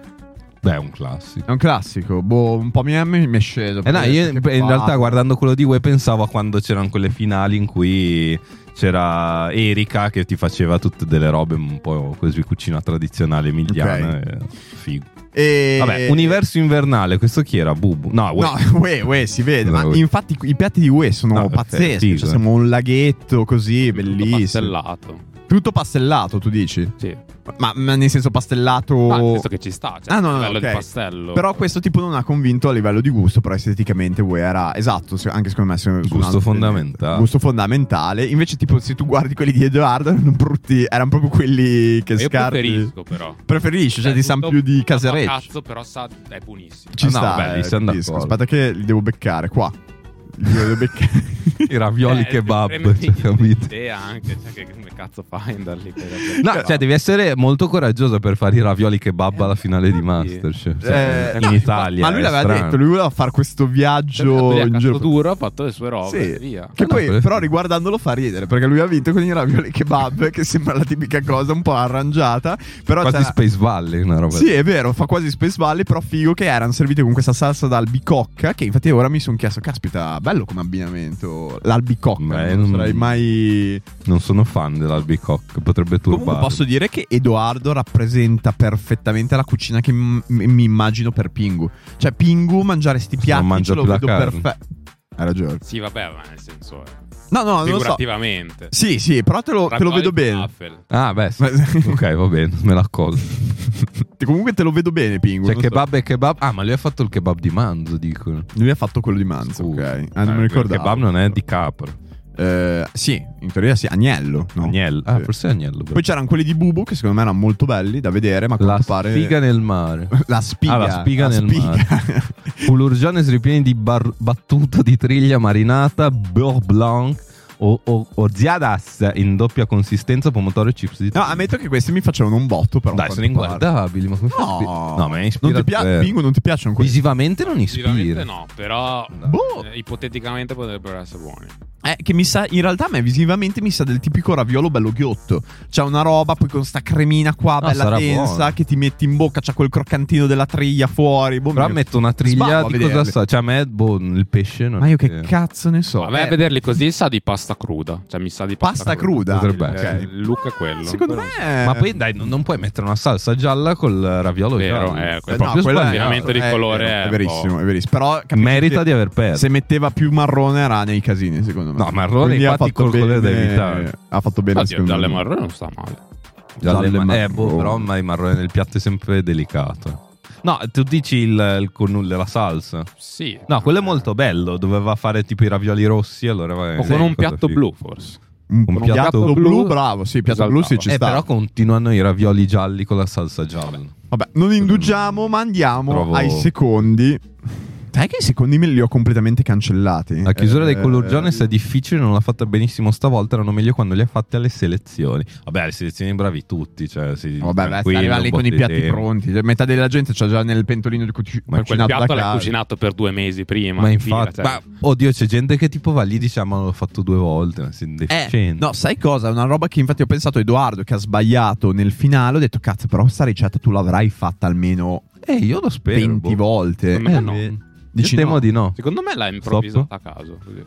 Beh, è un classico. È un classico, boh, un po' mi è, mi è sceso. Eh no, io in, Perché in fa- realtà guardando quello di Ue pensavo a quando c'erano quelle finali in cui c'era Erika che ti faceva tutte delle robe un po' così cucina tradizionale emiliana. eh, figo. E... Vabbè, universo invernale, questo chi era? Bubu. No, Ue. Eh. No, uè, uè, si vede. Ma No, uè. infatti i piatti di uè sono No, è pazzeschi. figo, Cioè, eh. siamo un laghetto così, me. Tutto bellissimo. pastellato. Tutto pastellato, tu dici? Sì. Ma, ma nel senso pastellato... Ma nel senso che ci sta. Cioè, Oh. Ah, no, no, a livello ok. di Esatto. pastello. Però questo tipo non ha convinto a livello di gusto, però esteticamente Uè era esatto, se- anche secondo me se- su un altro- fondamentale. Gusto fondamentale. Invece tipo se tu guardi quelli di Edoardo erano brutti, erano proprio quelli che Io scarti. preferisco, però. Preferisci, cioè Cioè, ti sa tutto- più di tutto Casereccio. Cazzo, però sa, è buonissimo. Ci Ah, no, sta, vabbè, lì eh, siamo capisco. d'accordo. Aspetta che li devo beccare qua. Li devo beccare. I ravioli Eh, kebab, premi- cioè, capito? Idea anche, cioè, che come cazzo fai a andare lì? per- No, per- cioè devi essere molto coraggioso per fare i ravioli kebab alla finale di sì. Masterchef. Eh, Cioè, no, in Italia. ma lui è l'aveva strano. detto, lui voleva fare questo viaggio Cioè, in ha giro. fatto duro, ha fatto le sue robe Sì. e via. Che Ah, poi, no, quello però, è figo. riguardandolo fa ridere perché lui ha vinto con i ravioli kebab, che sembra la tipica cosa un po' arrangiata. Però Quasi c'era- Space Valley, una roba. Sì, è vero, fa quasi Space Valley, però figo che erano servite con questa salsa d'albicocca, che infatti ora mi sono chiesto, caspita, bello come abbinamento, l'albicocca, Beh, non non- sarei mai... Non sono fan dell'albicocca, potrebbe Comunque turbare. posso dire che Edoardo rappresenta perfettamente la cucina che m- m- mi immagino per Pingu. Cioè, Pingu mangiare sti Non piatti, ce mangia lo più la vedo carne. perfetto. Hai ragione. Sì, vabbè, ma nel senso. eh, No, no, non lo so. figurativamente. Sì, sì, però te lo, te lo Ravioli vedo bene. falafel. Ah, beh, sì. Ma- ok, va bene, me la colgo. Te- Comunque te lo vedo bene, Pingu. Cioè, non so. kebab e kebab. Ah, ma lui ha fatto il kebab di manzo, dicono. Lui ha fatto quello di Manzo, Scusa. ok. Ah, non Eh, mi ricordavo. Il kebab non è di capra. Eh, sì, in teoria sì, Agnello. no? Agnello. Ah, Sì. forse è Agnello. però. Poi c'erano quelli di Bubu che secondo me erano molto belli da vedere, ma a la quanto pare... spiga nel mare. La spiga. Ah, la spiga nel mare. Fulurgianes ripieni di bar- battuta di triglia marinata, beurre blanc o, o, o ziadas in doppia consistenza, pomodoro e chips di No, ammetto che questi mi facevano un botto però. a Dai, quanto sono inguardabili. Ma come fai a pare. No, spi- no, ma è non ispira ti pia- zero. Bingo, non ti piacciono questi? Visivamente non ispira. Visivamente no, però Boh. eh, ipoteticamente potrebbero essere buoni. Eh, che mi sa, in realtà a me visivamente mi sa del tipico raviolo bello ghiotto. C'è una roba poi con sta cremina qua, No, bella sarà densa, buono. che ti metti in bocca, c'è quel croccantino della triglia fuori. boh, Però mi- metto una triglia Sbavo a di vederli. cosa sa. Cioè, a me, boh, il pesce non Ma io che è- cazzo ne so. A me Eh, a vederli così sa di pasta cruda. Cioè mi sa di pasta, Pasta cruda? Potrebbe Il- essere. il look è quello. Secondo Però- me... Ma poi dai, non, non puoi mettere una salsa gialla col raviolo Vero, giallo. eh, que- Eh, proprio no, quello è- sbandieramento di eh, colore boh. vero, è È, un verissimo, po'. è verissimo. Però capisci Merita che di aver perso. se metteva più marrone era nei casini, secondo me. No, marrone, Quindi ha infatti, fatto col colore da bene- evitare. Ha fatto bene Oddio, secondo dalle me. marrone non sta male. Dalle Dalle ma- ma- eh, boh, boh. però ma il marrone nel piatto è sempre delicato. No, tu dici il, il cornulle, la salsa. Sì. No, quello è molto bello. Doveva fare tipo i ravioli rossi. Allora eh, vai- O sì, con un cosa piatto figa. blu, forse. Un, Un piatto, piatto blu, blu, bravo. Sì, piatto esatto. blu sì, ci Eh, sta. però continuano i ravioli gialli con la salsa gialla. Vabbè, non indugiamo, ma andiamo Trovo- ai secondi. Sai che i secondi me li ho completamente cancellati. La chiusura dei Eh, Colorgiones è difficile, non l'ha fatta benissimo stavolta. Erano meglio quando li ha fatti alle selezioni. Vabbè, alle selezioni bravi tutti. Cioè, si Vabbè, beh, tranquillo, arriva un lì po' con i di piatti tempo. pronti. Cioè, metà della gente c'ha già nel pentolino di cuci- Ma Quel cucinato da piatto l'ha casa. cucinato per due mesi prima. Ma in fila, infatti, cioè. ma, oddio, c'è gente che tipo va lì e dice: "Ah, Ma l'ho fatto due volte. Ma sei Eh, deficiente. no, sai cosa? Una roba che infatti ho pensato a Edoardo che ha sbagliato nel finale. Ho detto, cazzo, però sta ricetta tu l'avrai fatta almeno eh, io lo spero. 20 boh. volte. Secondo me Eh, no. eh, Io Dici temo no. di no. Secondo me l'ha improvvisata a caso. così.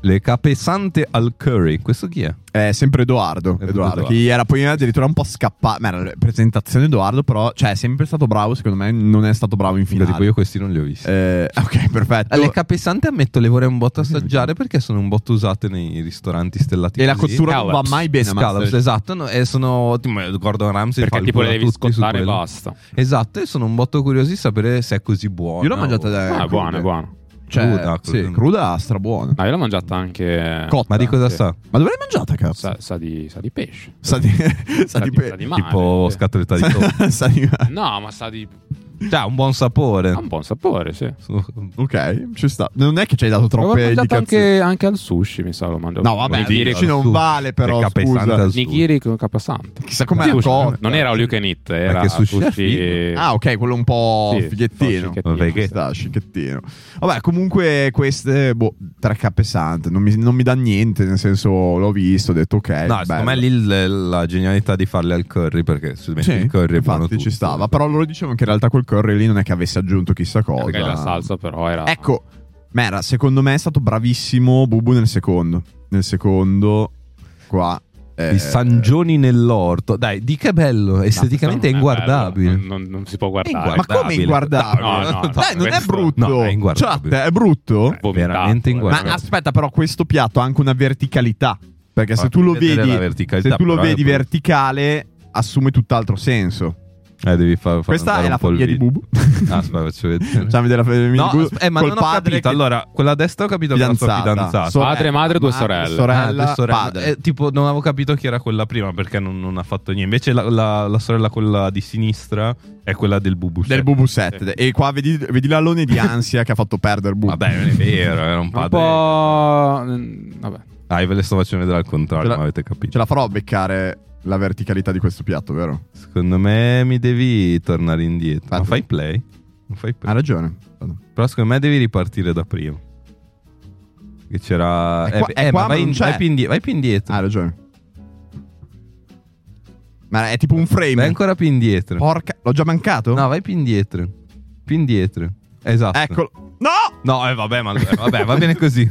Le capesante al curry. Questo chi è? È Eh, sempre Edoardo. È Edoardo, Edoardo. che era poi addirittura un po' scappato. Ma era la presentazione Edoardo, però, cioè, è sempre stato bravo. Secondo me, non è stato bravo in Figa, tipo, finale. io questi non li ho visti. Eh, ok, perfetto. Le capesante ammetto le vorrei un botto assaggiare perché sono un botto usate nei ristoranti stellati. E la così. cottura non va Scallops. mai bene, a cioè, Scallops, Masterchef. esatto, no, e sono tipo, Gordon Ramsay fa Perché il tipo culo le a devi tutti su scottare e quello. basta. Eh, Esatto, e sono un botto curioso di sapere se è così buona. Io l'ho mangiata o- da- Ah, crude. è buono, è buono. Cioè, cruda, sì, cruda. cruda, strabuona. No, io l'ho mangiata anche. Cotta. Ma di cosa Sì. sa? Ma dove l'hai mangiata, cazzo? Sa, sa di, sa di pesce. Sa di, sa Sa di di, pe- sa di mare. tipo sì. scatoletta di toppo. sa di- No, ma sa di. Cioè, ha un buon sapore. Ha un buon sapore, sì. Ok, ci sta. Non è che ci hai dato L'ho troppe mangiato indicazioni. anche, anche al sushi, mi sa, l'ho mangiato. No, vabbè, Nigiri, dici al non sushi. vale, però, Perché ha pesante scusa. al sushi. nigiri con capasante. Chissà com'è la Sushi, cotta. Non era all you can eat, era Perché sushi sushi. era figo. Ah, ok, quello un oh, po' Sì, fighettino. un po' scicchettino. Vabbè, che- Ci sta, scicchettino. Vabbè, comunque queste, boh, 3K pesante, non mi, non mi dà niente, nel senso l'ho visto, ho detto ok. No, secondo bello. me lì il- la genialità di farle al curry perché se metti Sì, il curry è buono infatti tutto. ci stava, però loro dicevano che in realtà quel curry lì non è che avesse aggiunto chissà cosa. Perché la salsa, però, era. Ecco, Mera, secondo me è stato bravissimo Bubu nel secondo. Nel secondo, qua. eh, I Sangioni nell'orto. Dai, di che bello, No, esteticamente è questo non inguardabile. bello, Non, non- non si può È guardare. Ma come inguardabile? No, no, no, Dai, Eh, non è questo- brutto. no, è inguardabile. Chat, è brutto? Eh, vomitato, veramente eh, Ma inguardabile. veramente. aspetta, però, questo piatto ha anche una verticalità. Perché se Ah, tu lo devi vedere vedi, la verticalità, se tu lo però, vedi è brutto. verticale, assume tutt'altro senso. Eh, devi far, far Questa andare è un la po' il famiglia di video. Bubu. Ah, aspetta, faccio vedere. Facciamo vedere la famiglia no, di Bubu. aspe- eh, ma col non ho padre capito. che- Allora, quella a destra ho capito che era la sua fidanzata. Sorella, Padre, madre, due sorelle. Sorella, Ah, due sorelle. padre. Eh, tipo, non avevo capito chi era quella prima perché non, non ha fatto niente. Invece la, la- la sorella, quella di sinistra, è quella del Bubu. del Bubu 7. E qua vedi, vedi l'allone di ansia che ha fatto perdere Bubu. Vabbè, non è vero, era un Un padre. po'. mm, Vabbè. Ah, io ve le sto facendo vedere al contrario, Ce la- ma avete capito. Ce la farò a beccare la verticalità di questo piatto, vero? Secondo me mi devi tornare indietro. Fatto. Ma fai play? Non fai play. Hai ragione. Però secondo me devi ripartire da prima. Che c'era. È qua- eh, è eh, qua, ma ma vai, non in- c'è. Ah, vai più indie- vai più indietro. Hai ragione. Ma è tipo un frame. vai ancora più indietro. Porca, l'ho già mancato? No, vai più indietro. Più indietro. Esatto. Eccolo. No! No, eh, vabbè, ma, eh, vabbè, va bene così.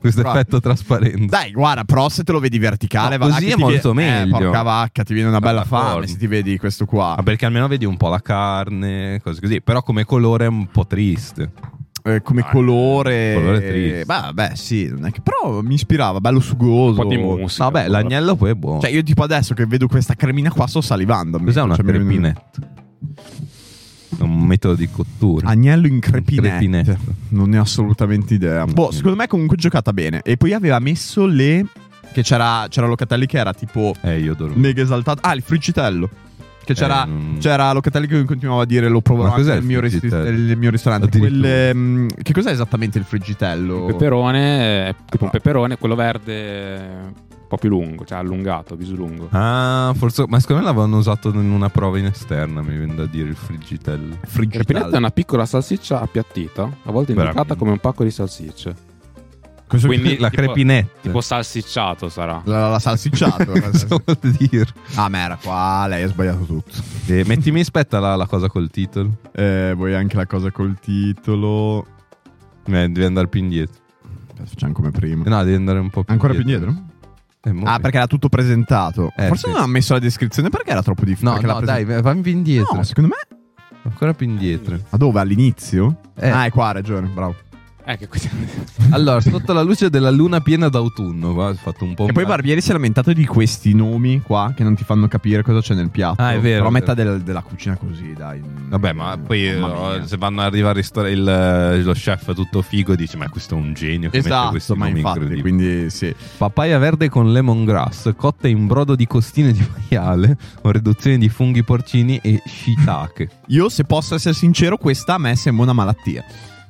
Questo Bravo. effetto trasparente. Dai, guarda, però se te lo vedi verticale, No, va- così che è ti molto viene- meglio. Eh, porca vacca, ti viene una bella D'accordo. fame se ti vedi questo qua. Ah, perché almeno vedi un po' la carne, cose così. Però come colore è un po' triste. Eh, come Dai. colore. Ah, eh, eh, Colore triste. Bah, Beh, sì, non è che- però mi ispirava, bello sugoso. Ah, Un po' di musica. Vabbè, Eh, l'agnello poi è buono. Cioè, io tipo adesso che vedo questa cremina qua sto salivando. Cos'è una Cioè, mi- crepinetta? un metodo di cottura. Agnello in crepinette. Crepinette. Non ne ho assolutamente idea. Boh, secondo me comunque giocata bene. E poi aveva messo le... Che c'era, c'era Locatelli che era tipo Eh, io dormo. mega esaltato. Ah, il friccitello. Che c'era, Eh, non- c'era Locatelli che continuava a dire lo provo Ma anche cos'è nel il mio, resti- friggitello? nel mio ristorante. Addirittura. Quelle, mm, che cos'è esattamente il Un friggitello? peperone, eh, tipo un Ah. peperone, quello verde eh, un po' più lungo, cioè allungato, viso lungo. Ah, forse. Ma secondo me l'avevano usato in una prova in esterna. Mi viene da dire il friggitello. Il Crepinetta è una piccola salsiccia appiattita, a volte Veramente. indicata come un pacco di salsicce. Quindi, la tipo- crepinette. Tipo salsicciato sarà. La, la salsicciato. Cosa vuol dire? ah, ma era qua, lei ha sbagliato tutto. Eh, mettimi in spetta la, la cosa col titolo. Eh, vuoi anche la cosa col titolo? Eh, devi andare più indietro. Aspetta, Facciamo come prima. Eh, No, devi andare un po' più Ancora più indietro. indietro? Eh, mo- Ah, perché era tutto presentato. Eh, Forse sì. non ha messo la descrizione perché era troppo difficile. No, perché no, l'ha presen- dai, vai più indietro. No, secondo me. Ancora più indietro. Ma dove? All'inizio? Eh. Ah, è qua, ha ragione, bravo. Eh, che questa- Allora, sotto la luce della luna piena d'autunno, va, ho fatto un po' E poi male. Barbieri si è lamentato di questi nomi qua che non ti fanno capire cosa c'è nel piatto. Ah, è vero, Però è metà vero. del- della cucina così, dai. Vabbè, ma poi eh, Mamma mia. se vanno ad arrivare il, ristor- il, eh, lo chef tutto figo dice "Ma questo è un genio che mette questi Esatto, ma nomi infatti, incredibili". quindi sì. Papaya verde con lemongrass, cotta in brodo di costine di maiale, con riduzione di funghi porcini e shiitake. Io, se posso essere sincero, questa a me sembra una malattia.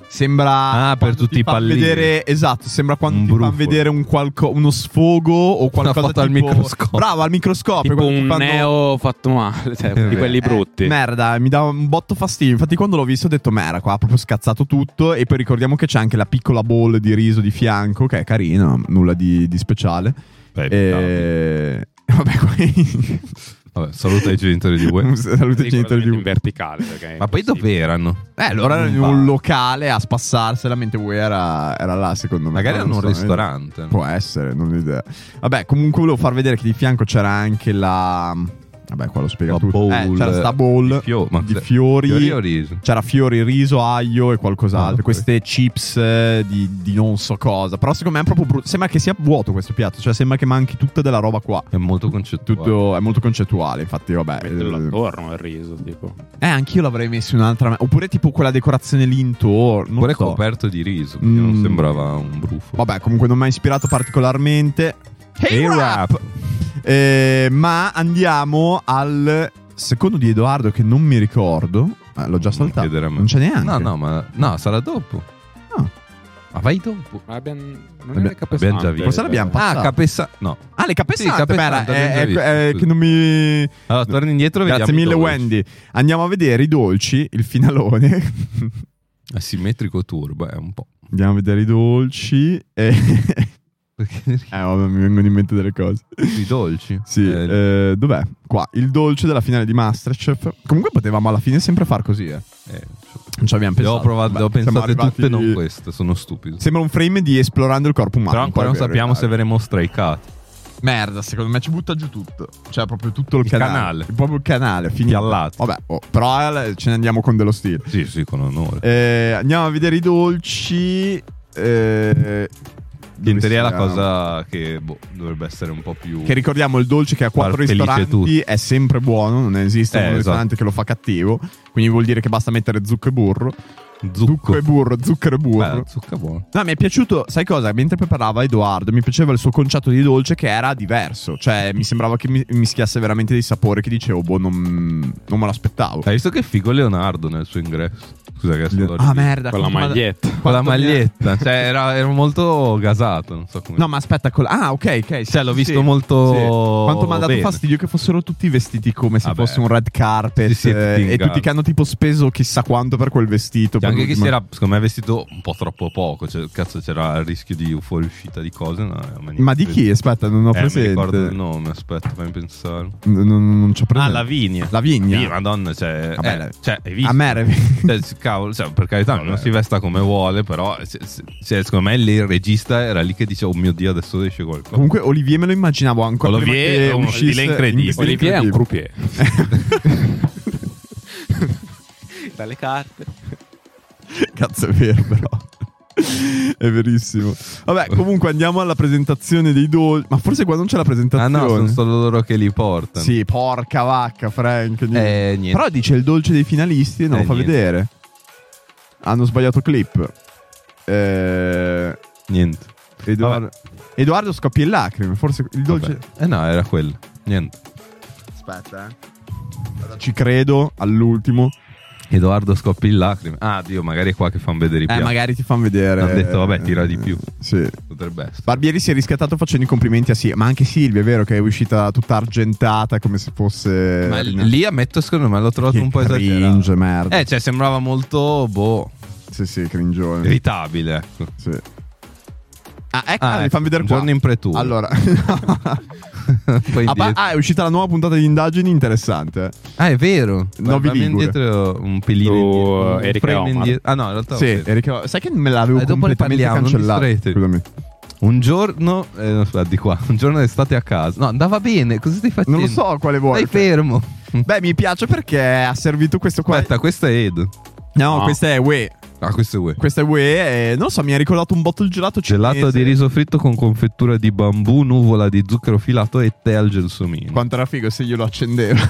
Sembra. Ah, per quando tutti ti i fa pallini. Vedere, esatto, sembra quando Un ti fanno brufolo. vedere un qualco- uno sfogo o qualcosa. foto al tipo- microscopio. Bravo, al microscopio. tipo quando ti un fanno- neo fatto male, cioè, di vero. quelli Eh, brutti. merda, mi dà un botto fastidio. Infatti, quando l'ho visto, ho detto merda, qua ha proprio scazzato tutto. E poi ricordiamo che c'è anche la piccola bowl di riso di fianco, che è carina, nulla di, di speciale. Beh, E... Vabbè, qui. Eh, Vabbè, saluta i genitori di Un Web. saluto ai genitori Sicuramente di in verticale. perché è Ma poi impossibile. dov'erano? Eh, allora era in Non un va. locale a spassarsela mentre Wu era, era là, secondo me. Magari Non erano un so, eh. ristorante. Può essere, non ho idea. Vabbè, comunque volevo far vedere che di fianco c'era anche la... Vabbè, qua l'ho spiegato La tutto. bowl Eh, c'era sta bowl di fio- ma di cos'è? fiori. Fiori o riso? C'era fiori, riso, aglio e qualcos'altro. Ah, ok. Queste chips eh, di, di non so cosa. Però secondo me è proprio brutto. Sembra che sia vuoto questo piatto. Cioè, sembra che manchi tutta della roba qua. È molto concettuale. Tutto, è molto concettuale, infatti, vabbè. Metterlo eh, attorno il riso, tipo. eh, anch'io l'avrei messo in un'altra. Oppure tipo quella decorazione lì intorno. non Pure so. coperto di riso, quindi non Mm. sembrava un brufo. Vabbè, comunque non mi ha ispirato particolarmente. Hey, rap! Eh, ma andiamo al secondo di Edoardo che non mi ricordo. Ah, l'ho già Non saltato. chiedere a me. Non c'è neanche. No, no, ma no, sarà dopo. Ah. Ma vai dopo. Ma abbiamo, non Abbiamo- era capesante. abbiamo già visto. Forse l'abbiamo Ah, passato. Capessa. No. Ah, le capessanti. Sì, capessanti, beh, era- abbiamo eh, già visto, eh, scusa. che non mi... Allora, torni indietro e vediamo. Grazie mille i dolci. Wendy. Andiamo a vedere i dolci, il finalone. Asimmetrico turbo, è un po'. Andiamo a vedere i dolci. E... eh, Perché vabbè, mi vengono in mente delle cose. i dolci. Sì, Eh, eh, dov'è? Qua, il dolce della finale di Masterchef. Comunque potevamo alla fine sempre far così, eh. eh, Non ci abbiamo le pensato. ho provate, Vabbè, le ho siamo pensate arrivati- tutte, non queste. Sono stupido. Sembra un frame di esplorando il corpo umano. Però ancora non poi è vero, sappiamo dai. se verremo strikeati. Merda, secondo me ci butta giù tutto. Cioè, proprio tutto il, Il canale. canale. Il- Proprio il canale, finito. Piallati. Vabbè, oh, però eh, ce ne andiamo con dello stile. Sì, sì, con onore. Eh, andiamo a vedere i dolci. Eh, Che in teoria è la dove siamo? cosa che boh, dovrebbe essere un po' più. Che ricordiamo il dolce che ha quattro Far felice ristoranti tutti. è sempre buono, non esiste Eh, un esatto. ristorante che lo fa cattivo. Quindi vuol dire che basta mettere zucco e burro. Zucco zucco. Eh. e burro, zucchero e burro. Beh, zucca buono. No, mi è piaciuto, sai cosa? Mentre preparava Edoardo, mi piaceva il suo concetto di dolce che era diverso. Cioè, mi sembrava che mi- mischiasse veramente dei sapori che dicevo, boh, non, non me l'aspettavo. Hai visto che figo Leonardo nel suo ingresso? Scusa che adesso Ah, merda. Con la quanto- maglietta. Con la quanto mi- maglietta, cioè era, ero molto gasato, non so come. No, ma aspetta, col- ah, ok, ok. Cioè, l'ho sì, visto sì. molto Sì. Quanto mi ha dato bene. fastidio che fossero tutti vestiti come se Vabbè. fosse un red carpet. Sì, sì, eh, tutti e in tutti che gamba. hanno tipo speso chissà quanto per quel vestito. Cioè, per anche che si l'ultima- era, secondo me, vestito un po' troppo poco. Cioè, cazzo, c'era il rischio di fuoriuscita di cose. no, ma niente. Ma di chi? Aspetta, non ho Eh, mi presente. ricordo il nome, aspetta, fammi pensare. N- non, non c'ho Ah, presente. la vigna. La vigna. Sì, madonna, cioè, Vabbè, eh, Ah, la- cioè, hai visto? A me era- Cioè, s- cavolo, cioè, per carità, non si vesta come vuole, però se- se- cioè, secondo me il regista era lì che diceva, oh mio Dio, adesso esce qualcosa. Comunque Olivier me lo immaginavo ancora Ecco. Olivier prima è che un uscisse stile incredibile. in- Olivier è un croupier. Dalle carte. Cazzo è vero però È verissimo. Vabbè, comunque andiamo alla presentazione dei dolci. Ma forse qua non c'è la Ah presentazione. no, sono solo loro che li portano. Sì, porca vacca, Frank. Eh, niente. Però dice il dolce dei finalisti e non Eh, lo fa niente. vedere. Hanno sbagliato clip. Eh, Niente. Edoardo, Edoardo scoppia in lacrime. Forse il dolce. Vabbè. Eh no, era quello. Niente. Aspetta, eh. Ci credo all'ultimo. Edoardo scoppia in lacrime. Ah, Dio, magari è qua che fanno vedere i Eh, piatti. magari ti fanno vedere. Hanno detto, vabbè, tira di più. Sì. Potrebbe essere. Barbieri si è riscattato facendo i complimenti a Silvia. Ma anche Silvia, è vero che è uscita tutta argentata come se fosse. Ma lì ammetto, secondo me l'ho trovato Che un po' cringe, esagerato. merda. Eh, cioè, sembrava molto, boh, Sì, sì, cringione. evitabile. ecco. Sì. Ah, ecco, Ah, mi ecco, fanno vedere un qua. giorno in pretura. Allora, Poi ah, pa- indietro. ah, è uscita la nuova puntata di indagini, interessante. eh. Ah, è vero. No, Guarda, vi andiamo ligure. indietro un pelino Su, indietro, un Erika frame Omar. indietro. Ah, no, in realtà. Sì, ho sentito. Enrico, sai che me l'avevo Eh, dopo ne completamente parliamo, non cancellata. distraete. Scusami. Un giorno, eh, no, aspetta, di qua. Un giorno estate a casa. No, andava bene. Cosa stai facendo? Non lo so quale vuoi. cioè, Stai fermo. Beh, mi piace perché ha servito questo qua. Aspetta, questo è Ed. No, No. questa è UE. Ah, questo è Uè. Questa è UE. e non lo so, mi ha ricordato un botto il gelato cinese. Gelato di riso fritto con confettura di bambù, nuvola di zucchero filato e tè al gelsomino. Quanto era figo se io lo accendevo.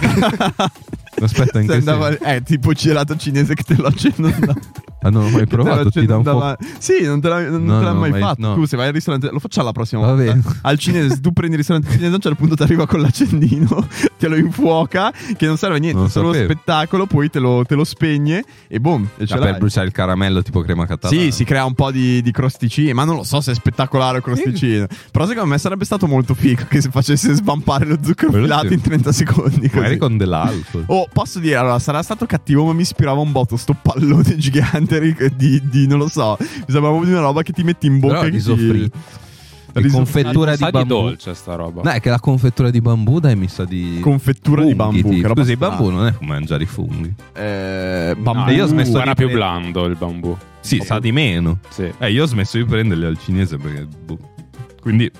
Aspetta, in Se che andava- senso? Eh, tipo il gelato cinese che te lo accendo. Ah, non l'ho mai provato, ti dà un po'. Sì, non te l'ha, non No, te l'ha no, mai mai- fatto. no. Tu se vai al ristorante, lo facciamo la prossima Va volta. bene. Al cinese, se tu prendi il ristorante cinese, a un certo punto ti arriva con l'accendino, te lo infuoca, che non serve a niente, Non è solo uno sapevo. spettacolo, poi te lo, te lo spegne e boom, e ce Ah, l'hai. per bruciare il caramello tipo crema catalana. Sì, si crea un po' di, di crosticine, ma non lo so se è spettacolare o crosticine. Però secondo me sarebbe stato molto figo che si facesse svampare lo zucchero Quello filato sì. in 30 secondi. Magari Così. con dell'alcol. Oh, posso dire, allora sarà stato cattivo, ma mi ispirava un botto sto pallone gigante ric- di, di- non lo so, mi sembrava di una roba che ti metti in bocca Però e che riso ti- fritto. Di riso- confettura di Sa bambù. dolce sta roba. No, è che la confettura di bambù dai mi sa di... confettura di funghi, bambù, tipo. che roba Scusi, il strana. bambù non è come mangiare i funghi. Eh, No, bambù. e io ho smesso era di più credere. blando il bambù. Sì, sa di meno. Sì. Eh, io ho smesso di prenderle al cinese perché... boh. Quindi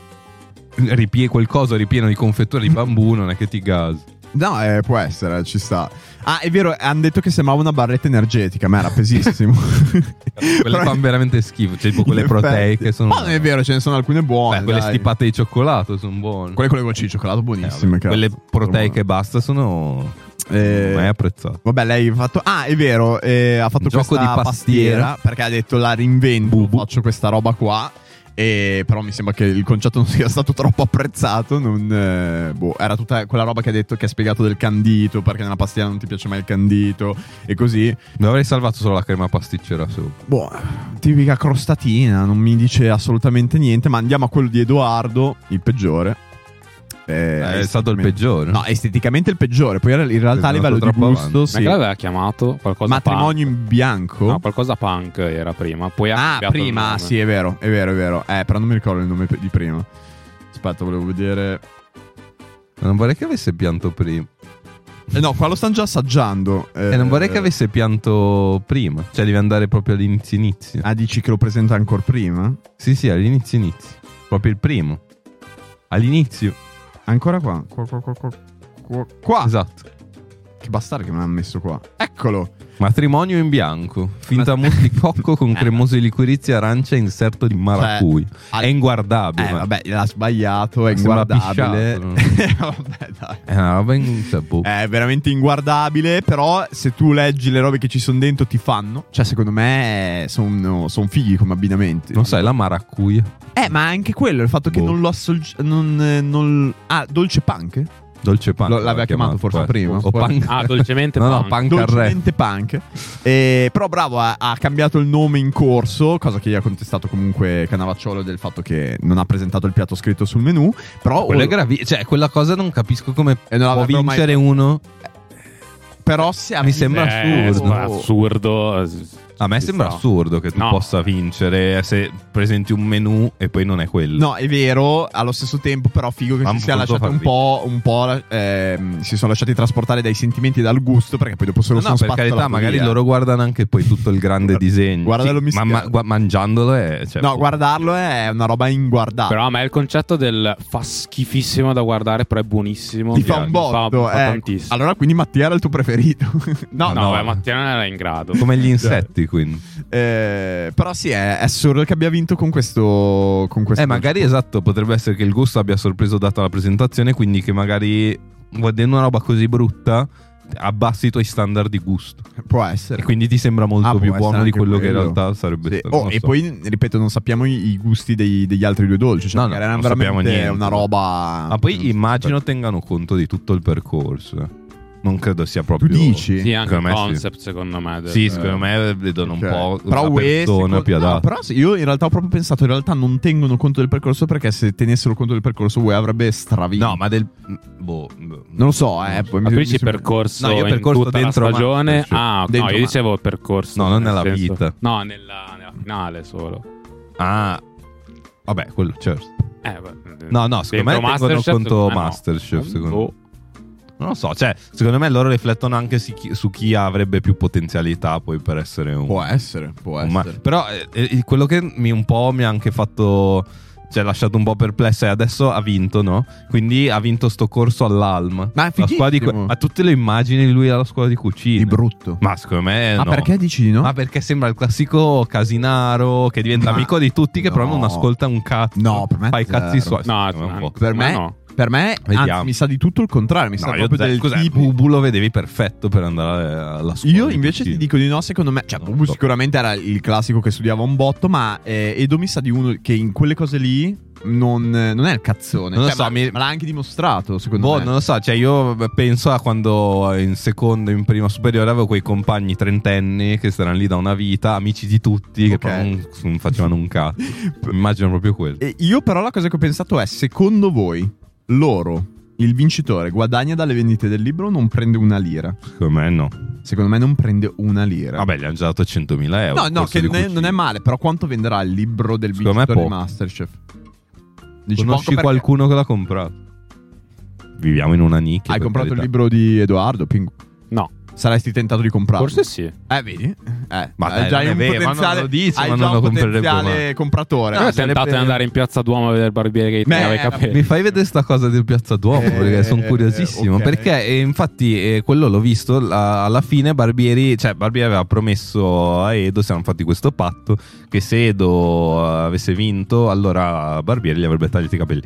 ripie- qualcosa ripieno di confettura di bambù non è che ti gas. No, eh, può essere, ci sta. Ah, è vero, hanno detto che sembrava una barretta energetica, ma era pesissimo. Quelle Però- fanno veramente schifo, cioè tipo In quelle effetti. proteiche sono... Ma non Ah, è vero, ce ne sono alcune buone. Beh, quelle dai. stipate di cioccolato sono buone. Quelle con le gocce di cioccolato Eh, vabbè, buonissime. cazzo. quelle proteiche e basta sono... Eh, mai apprezzate. Vabbè, lei ha fatto. Ah, è vero, eh, ha fatto Un gioco questa di pastiera. perché ha detto la reinvento, Bubu. faccio questa roba qua. E però mi sembra che il concetto non sia stato troppo apprezzato. non, eh, boh, era tutta quella roba che ha detto che ha spiegato del candito, perché nella pastiera non ti piace mai il candito e così. Mi avrei salvato solo la crema pasticcera sopra. Boh, tipica crostatina, non mi dice assolutamente niente. Ma andiamo a quello di Edoardo, il peggiore. Eh, Eh, è stato il esteticamente- peggiore. No, esteticamente il peggiore. Poi in realtà a È livello di andato troppo gusto, Ma sì. che l'aveva chiamato? Qualcosa Matrimonio punk. in bianco. No, qualcosa punk era prima. Poi ha Ah, cambiato il prima, nome. sì, è vero, è vero, è vero. Eh, però non mi ricordo il nome pe- di prima. Aspetta, volevo vedere. Non vorrei che avesse pianto prima. Eh, no, qua lo stanno già assaggiando. eh, E non vorrei che avesse pianto prima. Cioè, devi andare proprio all'inizio inizio. Ah, dici che lo presenta ancora prima? Sì, sì, all'inizio inizio. Proprio il primo. All'inizio. Ancora qua. Qua, qua, qua, qua. qua. Qua. Esatto. Che bastardo che me l'hanno messo qua. Eccolo. Matrimonio in bianco. Finta mousse di cocco Eh. con cremoso di liquirizia arancia e inserto di maracuj. Cioè, al- È inguardabile. Eh, ma- vabbè, l'ha sbagliato, è Sembra inguardabile. Eh, pisciato, vabbè, dai. È una roba in... cioè, boh. È veramente inguardabile, però se tu leggi le robe che ci sono dentro ti fanno. Cioè, secondo me sono fighi come abbinamenti. Non sai, la maracuja. Eh, ma anche quello, il fatto che Boh. non lo assolgi... Non, eh, non- Ah, dolce punk? Dolce pan. Lo- l'aveva chiamato forse prima. O pan... Ah, dolcemente No, no, punk. pan carré. Dolcemente punk. Eh, però bravo, ha, ha cambiato il nome in corso, cosa che gli ha contestato comunque Canavacciolo del fatto che non ha presentato il piatto scritto sul menù. Però, Quello è gravi- Cioè, quella cosa non capisco come E non può l'avrebbero mai- vincere uno. però se Mi sembra Eh, assurdo. sembra assurdo. A me sembra assurdo assurdo che tu No. possa vincere se presenti un menù e poi non è quello. No, è vero, allo stesso tempo però figo che Ma si un sia punto lasciati un farvi. po', un po' ehm, si sono lasciati trasportare dai sentimenti e dal gusto perché poi dopo se lo No, sono no, per spazzato carità, alla magari follia. loro guardano anche poi tutto il grande Guarda- disegno. guardalo Sì, ma, mischiato. ma- gua- mangiandolo è. cioè, No, guardarlo è una roba inguardabile. Però a me il concetto del fa schifissimo da guardare, però è buonissimo. Ti fa mi un botto. mi ecco. fa eh. tantissimo. Allora, quindi Mattia era il tuo preferito. no, no, no. beh, Mattia non era in grado. Cioè, Come gli insetti quindi. Eh, però sì, è, è assurdo che abbia vinto con questo. Con questo Eh, magari esatto, potrebbe essere che il gusto abbia sorpreso dato alla presentazione, quindi che magari guardando una roba così brutta abbassi i tuoi standard di gusto Può e essere. quindi ti sembra molto Ah, può più essere buono anche di quello, che in quello. realtà sarebbe Sì. stato. Oh, non e so. poi, ripeto, non sappiamo i, i gusti dei- degli altri due dolci. Cioè, No, no, magari era non sappiamo veramente niente. una roba. cioè, Ma poi immagino tengano conto di tutto il percorso. eh. Non credo sia Tu proprio. dici? Sì, anche il Secondo me sì. concept, secondo me. del- Sì, secondo me vedono Ok. un po'. Cioè, però una UE, persona secondo- più no, adatta. però sì, io in realtà ho proprio pensato in realtà non tengono conto del percorso perché se tenessero conto del percorso UE avrebbe stravinto No, ma del. Boh. Non non lo so eh Non so. poi Ma mi- tu mi dici sembra- percorso, No, io percorso in tutta dentro la Matrix. stagione? ah, Dentro no, io Matrix. dicevo percorso. No, non nel nella senso- vita. No, nella, nella finale solo. Ah. Vabbè, quello certo. Eh, beh, No, no, secondo dentro me tengono Masterchef, conto secondo me no. Masterchef, secondo me. Boh. Non lo so, cioè, secondo me loro riflettono anche su chi, su chi avrebbe più potenzialità poi per essere un... può essere può un essere ma- però eh, eh, quello che mi un po' mi ha anche fatto... Cioè, lasciato un po' perplesso e adesso ha vinto, no? Quindi ha vinto sto corso all'Alm. Ma è La scuola di fighissimo. A tutte le immagini di lui alla scuola di cucina. di brutto Ma secondo me ah no. perché dici di no Ma perché sembra il classico casinaro che diventa Ma- amico di tutti che però non no. ascolta un cazzo. No, per me Fai i zero. cazzi suoi. No, Secondo me un po'. anche- per ma me no. per me anzi, Vediamo. mi sa di tutto il contrario mi sa No, io proprio del cos'è? tipo Bubulo vedevi perfetto per andare eh, alla scuola. Io di invece ti cucina. dico di no, secondo me, cioè No, Bubu so. sicuramente era il classico che studiava un botto, ma eh, Edo mi sa di uno che in quelle cose lì non, non è il cazzone. Non lo Cioè, so, ma, mi- ma l'ha anche dimostrato, secondo Boh, me. non lo so, cioè io penso a quando in secondo, in prima superiore avevo quei compagni trentenni che stavano lì da una vita, amici di tutti, che Ok. però non, non facevano un cazzo. Immagino proprio quello. E io però la cosa che ho pensato è, secondo voi, loro, il vincitore, guadagna dalle vendite del libro o non prende una lira? Secondo me no. Secondo me non prende una lira. Vabbè, gli hanno già dato 100.000 euro. no, no, corso che di non è, cucina. non è male, però quanto venderà il libro del Secondo me vincitore di poco. Masterchef? poco Conosci perché qualcuno che l'ha comprato? Viviamo in una nicchia. Hai per comprato il carità. libro di Edoardo? Pingu- No. Saresti tentato di comprarlo? Forse sì. Eh, vedi? Eh, Ma eh, dai, già non hai è un vero, ma potenziale, non lo dice, hai ma già non un lo comprerebbe potenziale mai. Eh, compratore. Però è Sarebbe- tentato di andare in piazza Duomo a vedere il barbiere che gli Beh, tagliava i vabbè. capelli. Mi fai vedere sta cosa del Piazza Duomo Eh, perché sono curiosissimo. ok. Perché eh, infatti eh, quello l'ho visto la- alla fine Barbieri, cioè Barbieri aveva promesso a Edo, si erano fatti questo patto, che se Edo eh, avesse vinto allora Barbieri gli avrebbe tagliato i capelli.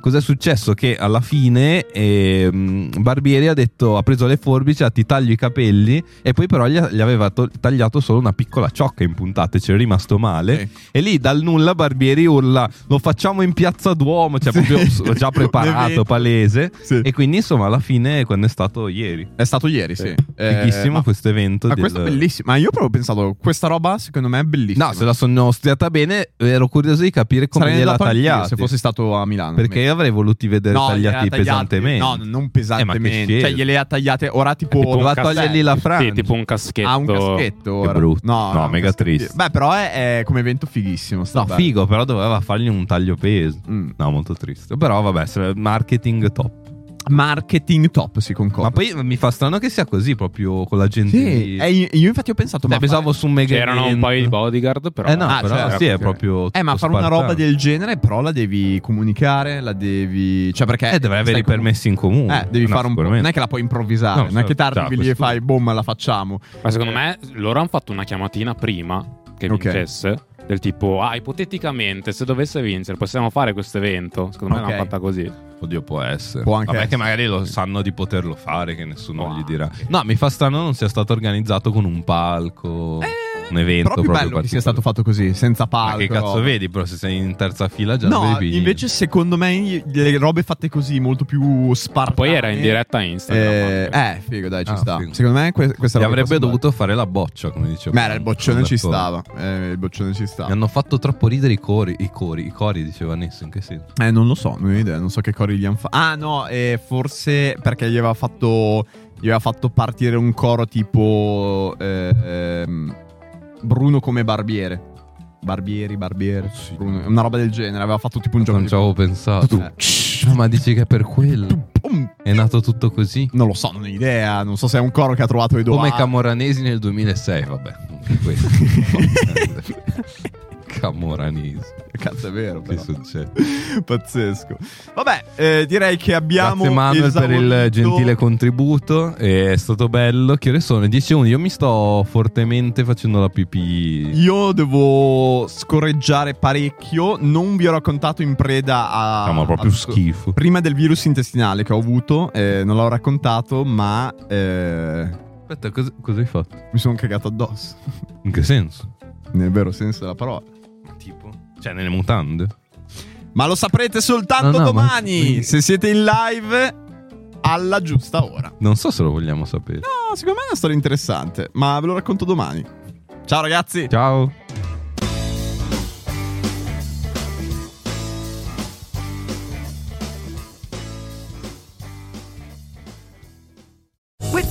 Cos'è successo? Che alla fine ehm, Barbieri ha detto, ha preso le forbici, ha ti taglio i capelli e poi però gli, gli aveva to- tagliato solo una piccola ciocca in puntata e c'era rimasto male. Sì. E lì dal nulla Barbieri urla: Lo facciamo in piazza Duomo. Cioè, Sì. proprio già Un preparato, evento. palese. Sì. E quindi, insomma, alla fine, quando è stato ieri, È stato ieri, sì. Sì. Eh, fighissimo ma- questo evento. Ma del- questo è bellissimo. Ma io ho proprio pensato, questa roba secondo me è bellissima. No, se la sono studiata bene, ero curioso di capire come Sarei gliela andato anch'io tagliata. Se fossi stato a Milano. Perché io avrei voluto vedere No, gliela tagliati tagliate- pesantemente. No, non Eh, ma pesantemente. cioè, che scelta. gliele ha tagliate ora tipo... Tipo, va a togliergli la franja. Sì, tipo un caschetto. Ha un caschetto ora. brutto. No, No, ha un mega caschetto. triste. Beh, però è, è come evento fighissimo. sta No, bello. figo, però doveva fargli un taglio peso. Mm. No, molto triste. Però vabbè, se- marketing top. Marketing top, si concorda. Ma poi mi fa strano che sia così, proprio con la gente. Sì, lì. eh, io io infatti ho pensato, Cioè, ma pensavo su un mega C'erano un evento. paio di bodyguard, però. Eh no, Ah, però certo. sì, è proprio. Eh, ma tutto fare una roba spartano. del genere, però la devi comunicare, la devi. Cioè, perché. Eh, dovrei stai avere i permessi in comu- comune. Eh, devi No, fare un po'. Non sicuramente. è che la puoi improvvisare, No, non è che certo. tardi Ciao, lì e questo- fai boom, la facciamo. Ma secondo me loro hanno fatto una chiamatina prima che Ok. vincesse. Del tipo, ah, ipoteticamente, se dovesse vincere, possiamo fare questo evento. Secondo me Ok. l'hanno fatta così. Oddio, può essere. Può anche essere. che magari lo sanno di poterlo fare, che nessuno Può gli anche. dirà. No, mi fa strano non sia stato organizzato con un palco. Eh, un evento proprio, proprio bello che sia particolare. stato fatto così, senza Ma palco. che cazzo roba. vedi, però, se sei in terza fila già non No, vedi invece secondo me le robe fatte così, molto più spartane. Poi era in diretta Instagram. Eh, anche. eh, figo, dai, ci Ah, sta. figo. Secondo me que- questa niente. Gli roba. avrebbe qua sono dovuto fare la boccia, come dicevo. belle. Ma era il boccione ci Sono d'accordo. stava. Eh, il boccione ci stava. Mi hanno fatto troppo ridere i cori, i cori, i cori, diceva Vanessa, in che senso? Eh, non lo so, non ho idea, non so che cori gli hanno fatto. Ah, no, eh, forse perché gli aveva fatto. Gli aveva fatto partire un coro tipo. eh, ehm, Bruno come barbiere. Barbieri, barbiere. Sì. Bruno, una roba del genere. Aveva fatto tipo un gioco. Non di- ci avevo pensato. Eh. No, ma dici che è per quello? Pum! È nato tutto così? Non lo so, non ho idea. Non so se è un coro che ha trovato Edoardo. Come Camoranesi nel 2006, vabbè. anche questo. Camoranesi. Cazzo, è vero. Che Però. succede? Pazzesco. Vabbè, eh, direi che abbiamo. Grazie Manuel per il esaurito- gentile contributo, è stato bello. Che ore sono? 10.01, io mi sto fortemente facendo la pipì. Io devo scorreggiare parecchio. Non vi ho raccontato in preda a. Fa ma proprio a- schifo. Prima del virus intestinale che ho avuto, eh, non l'ho raccontato, ma eh, Aspetta, cosa, cosa hai fatto? mi sono cagato addosso. In che senso? Nel vero senso della parola. Tipo? Cioè, nelle mutande? Ma lo saprete soltanto No, no, ma- domani, quindi- se siete in live alla giusta ora. Non so se lo vogliamo sapere. No, secondo me è una storia interessante, ma ve lo racconto domani. Ciao ragazzi! Ciao. With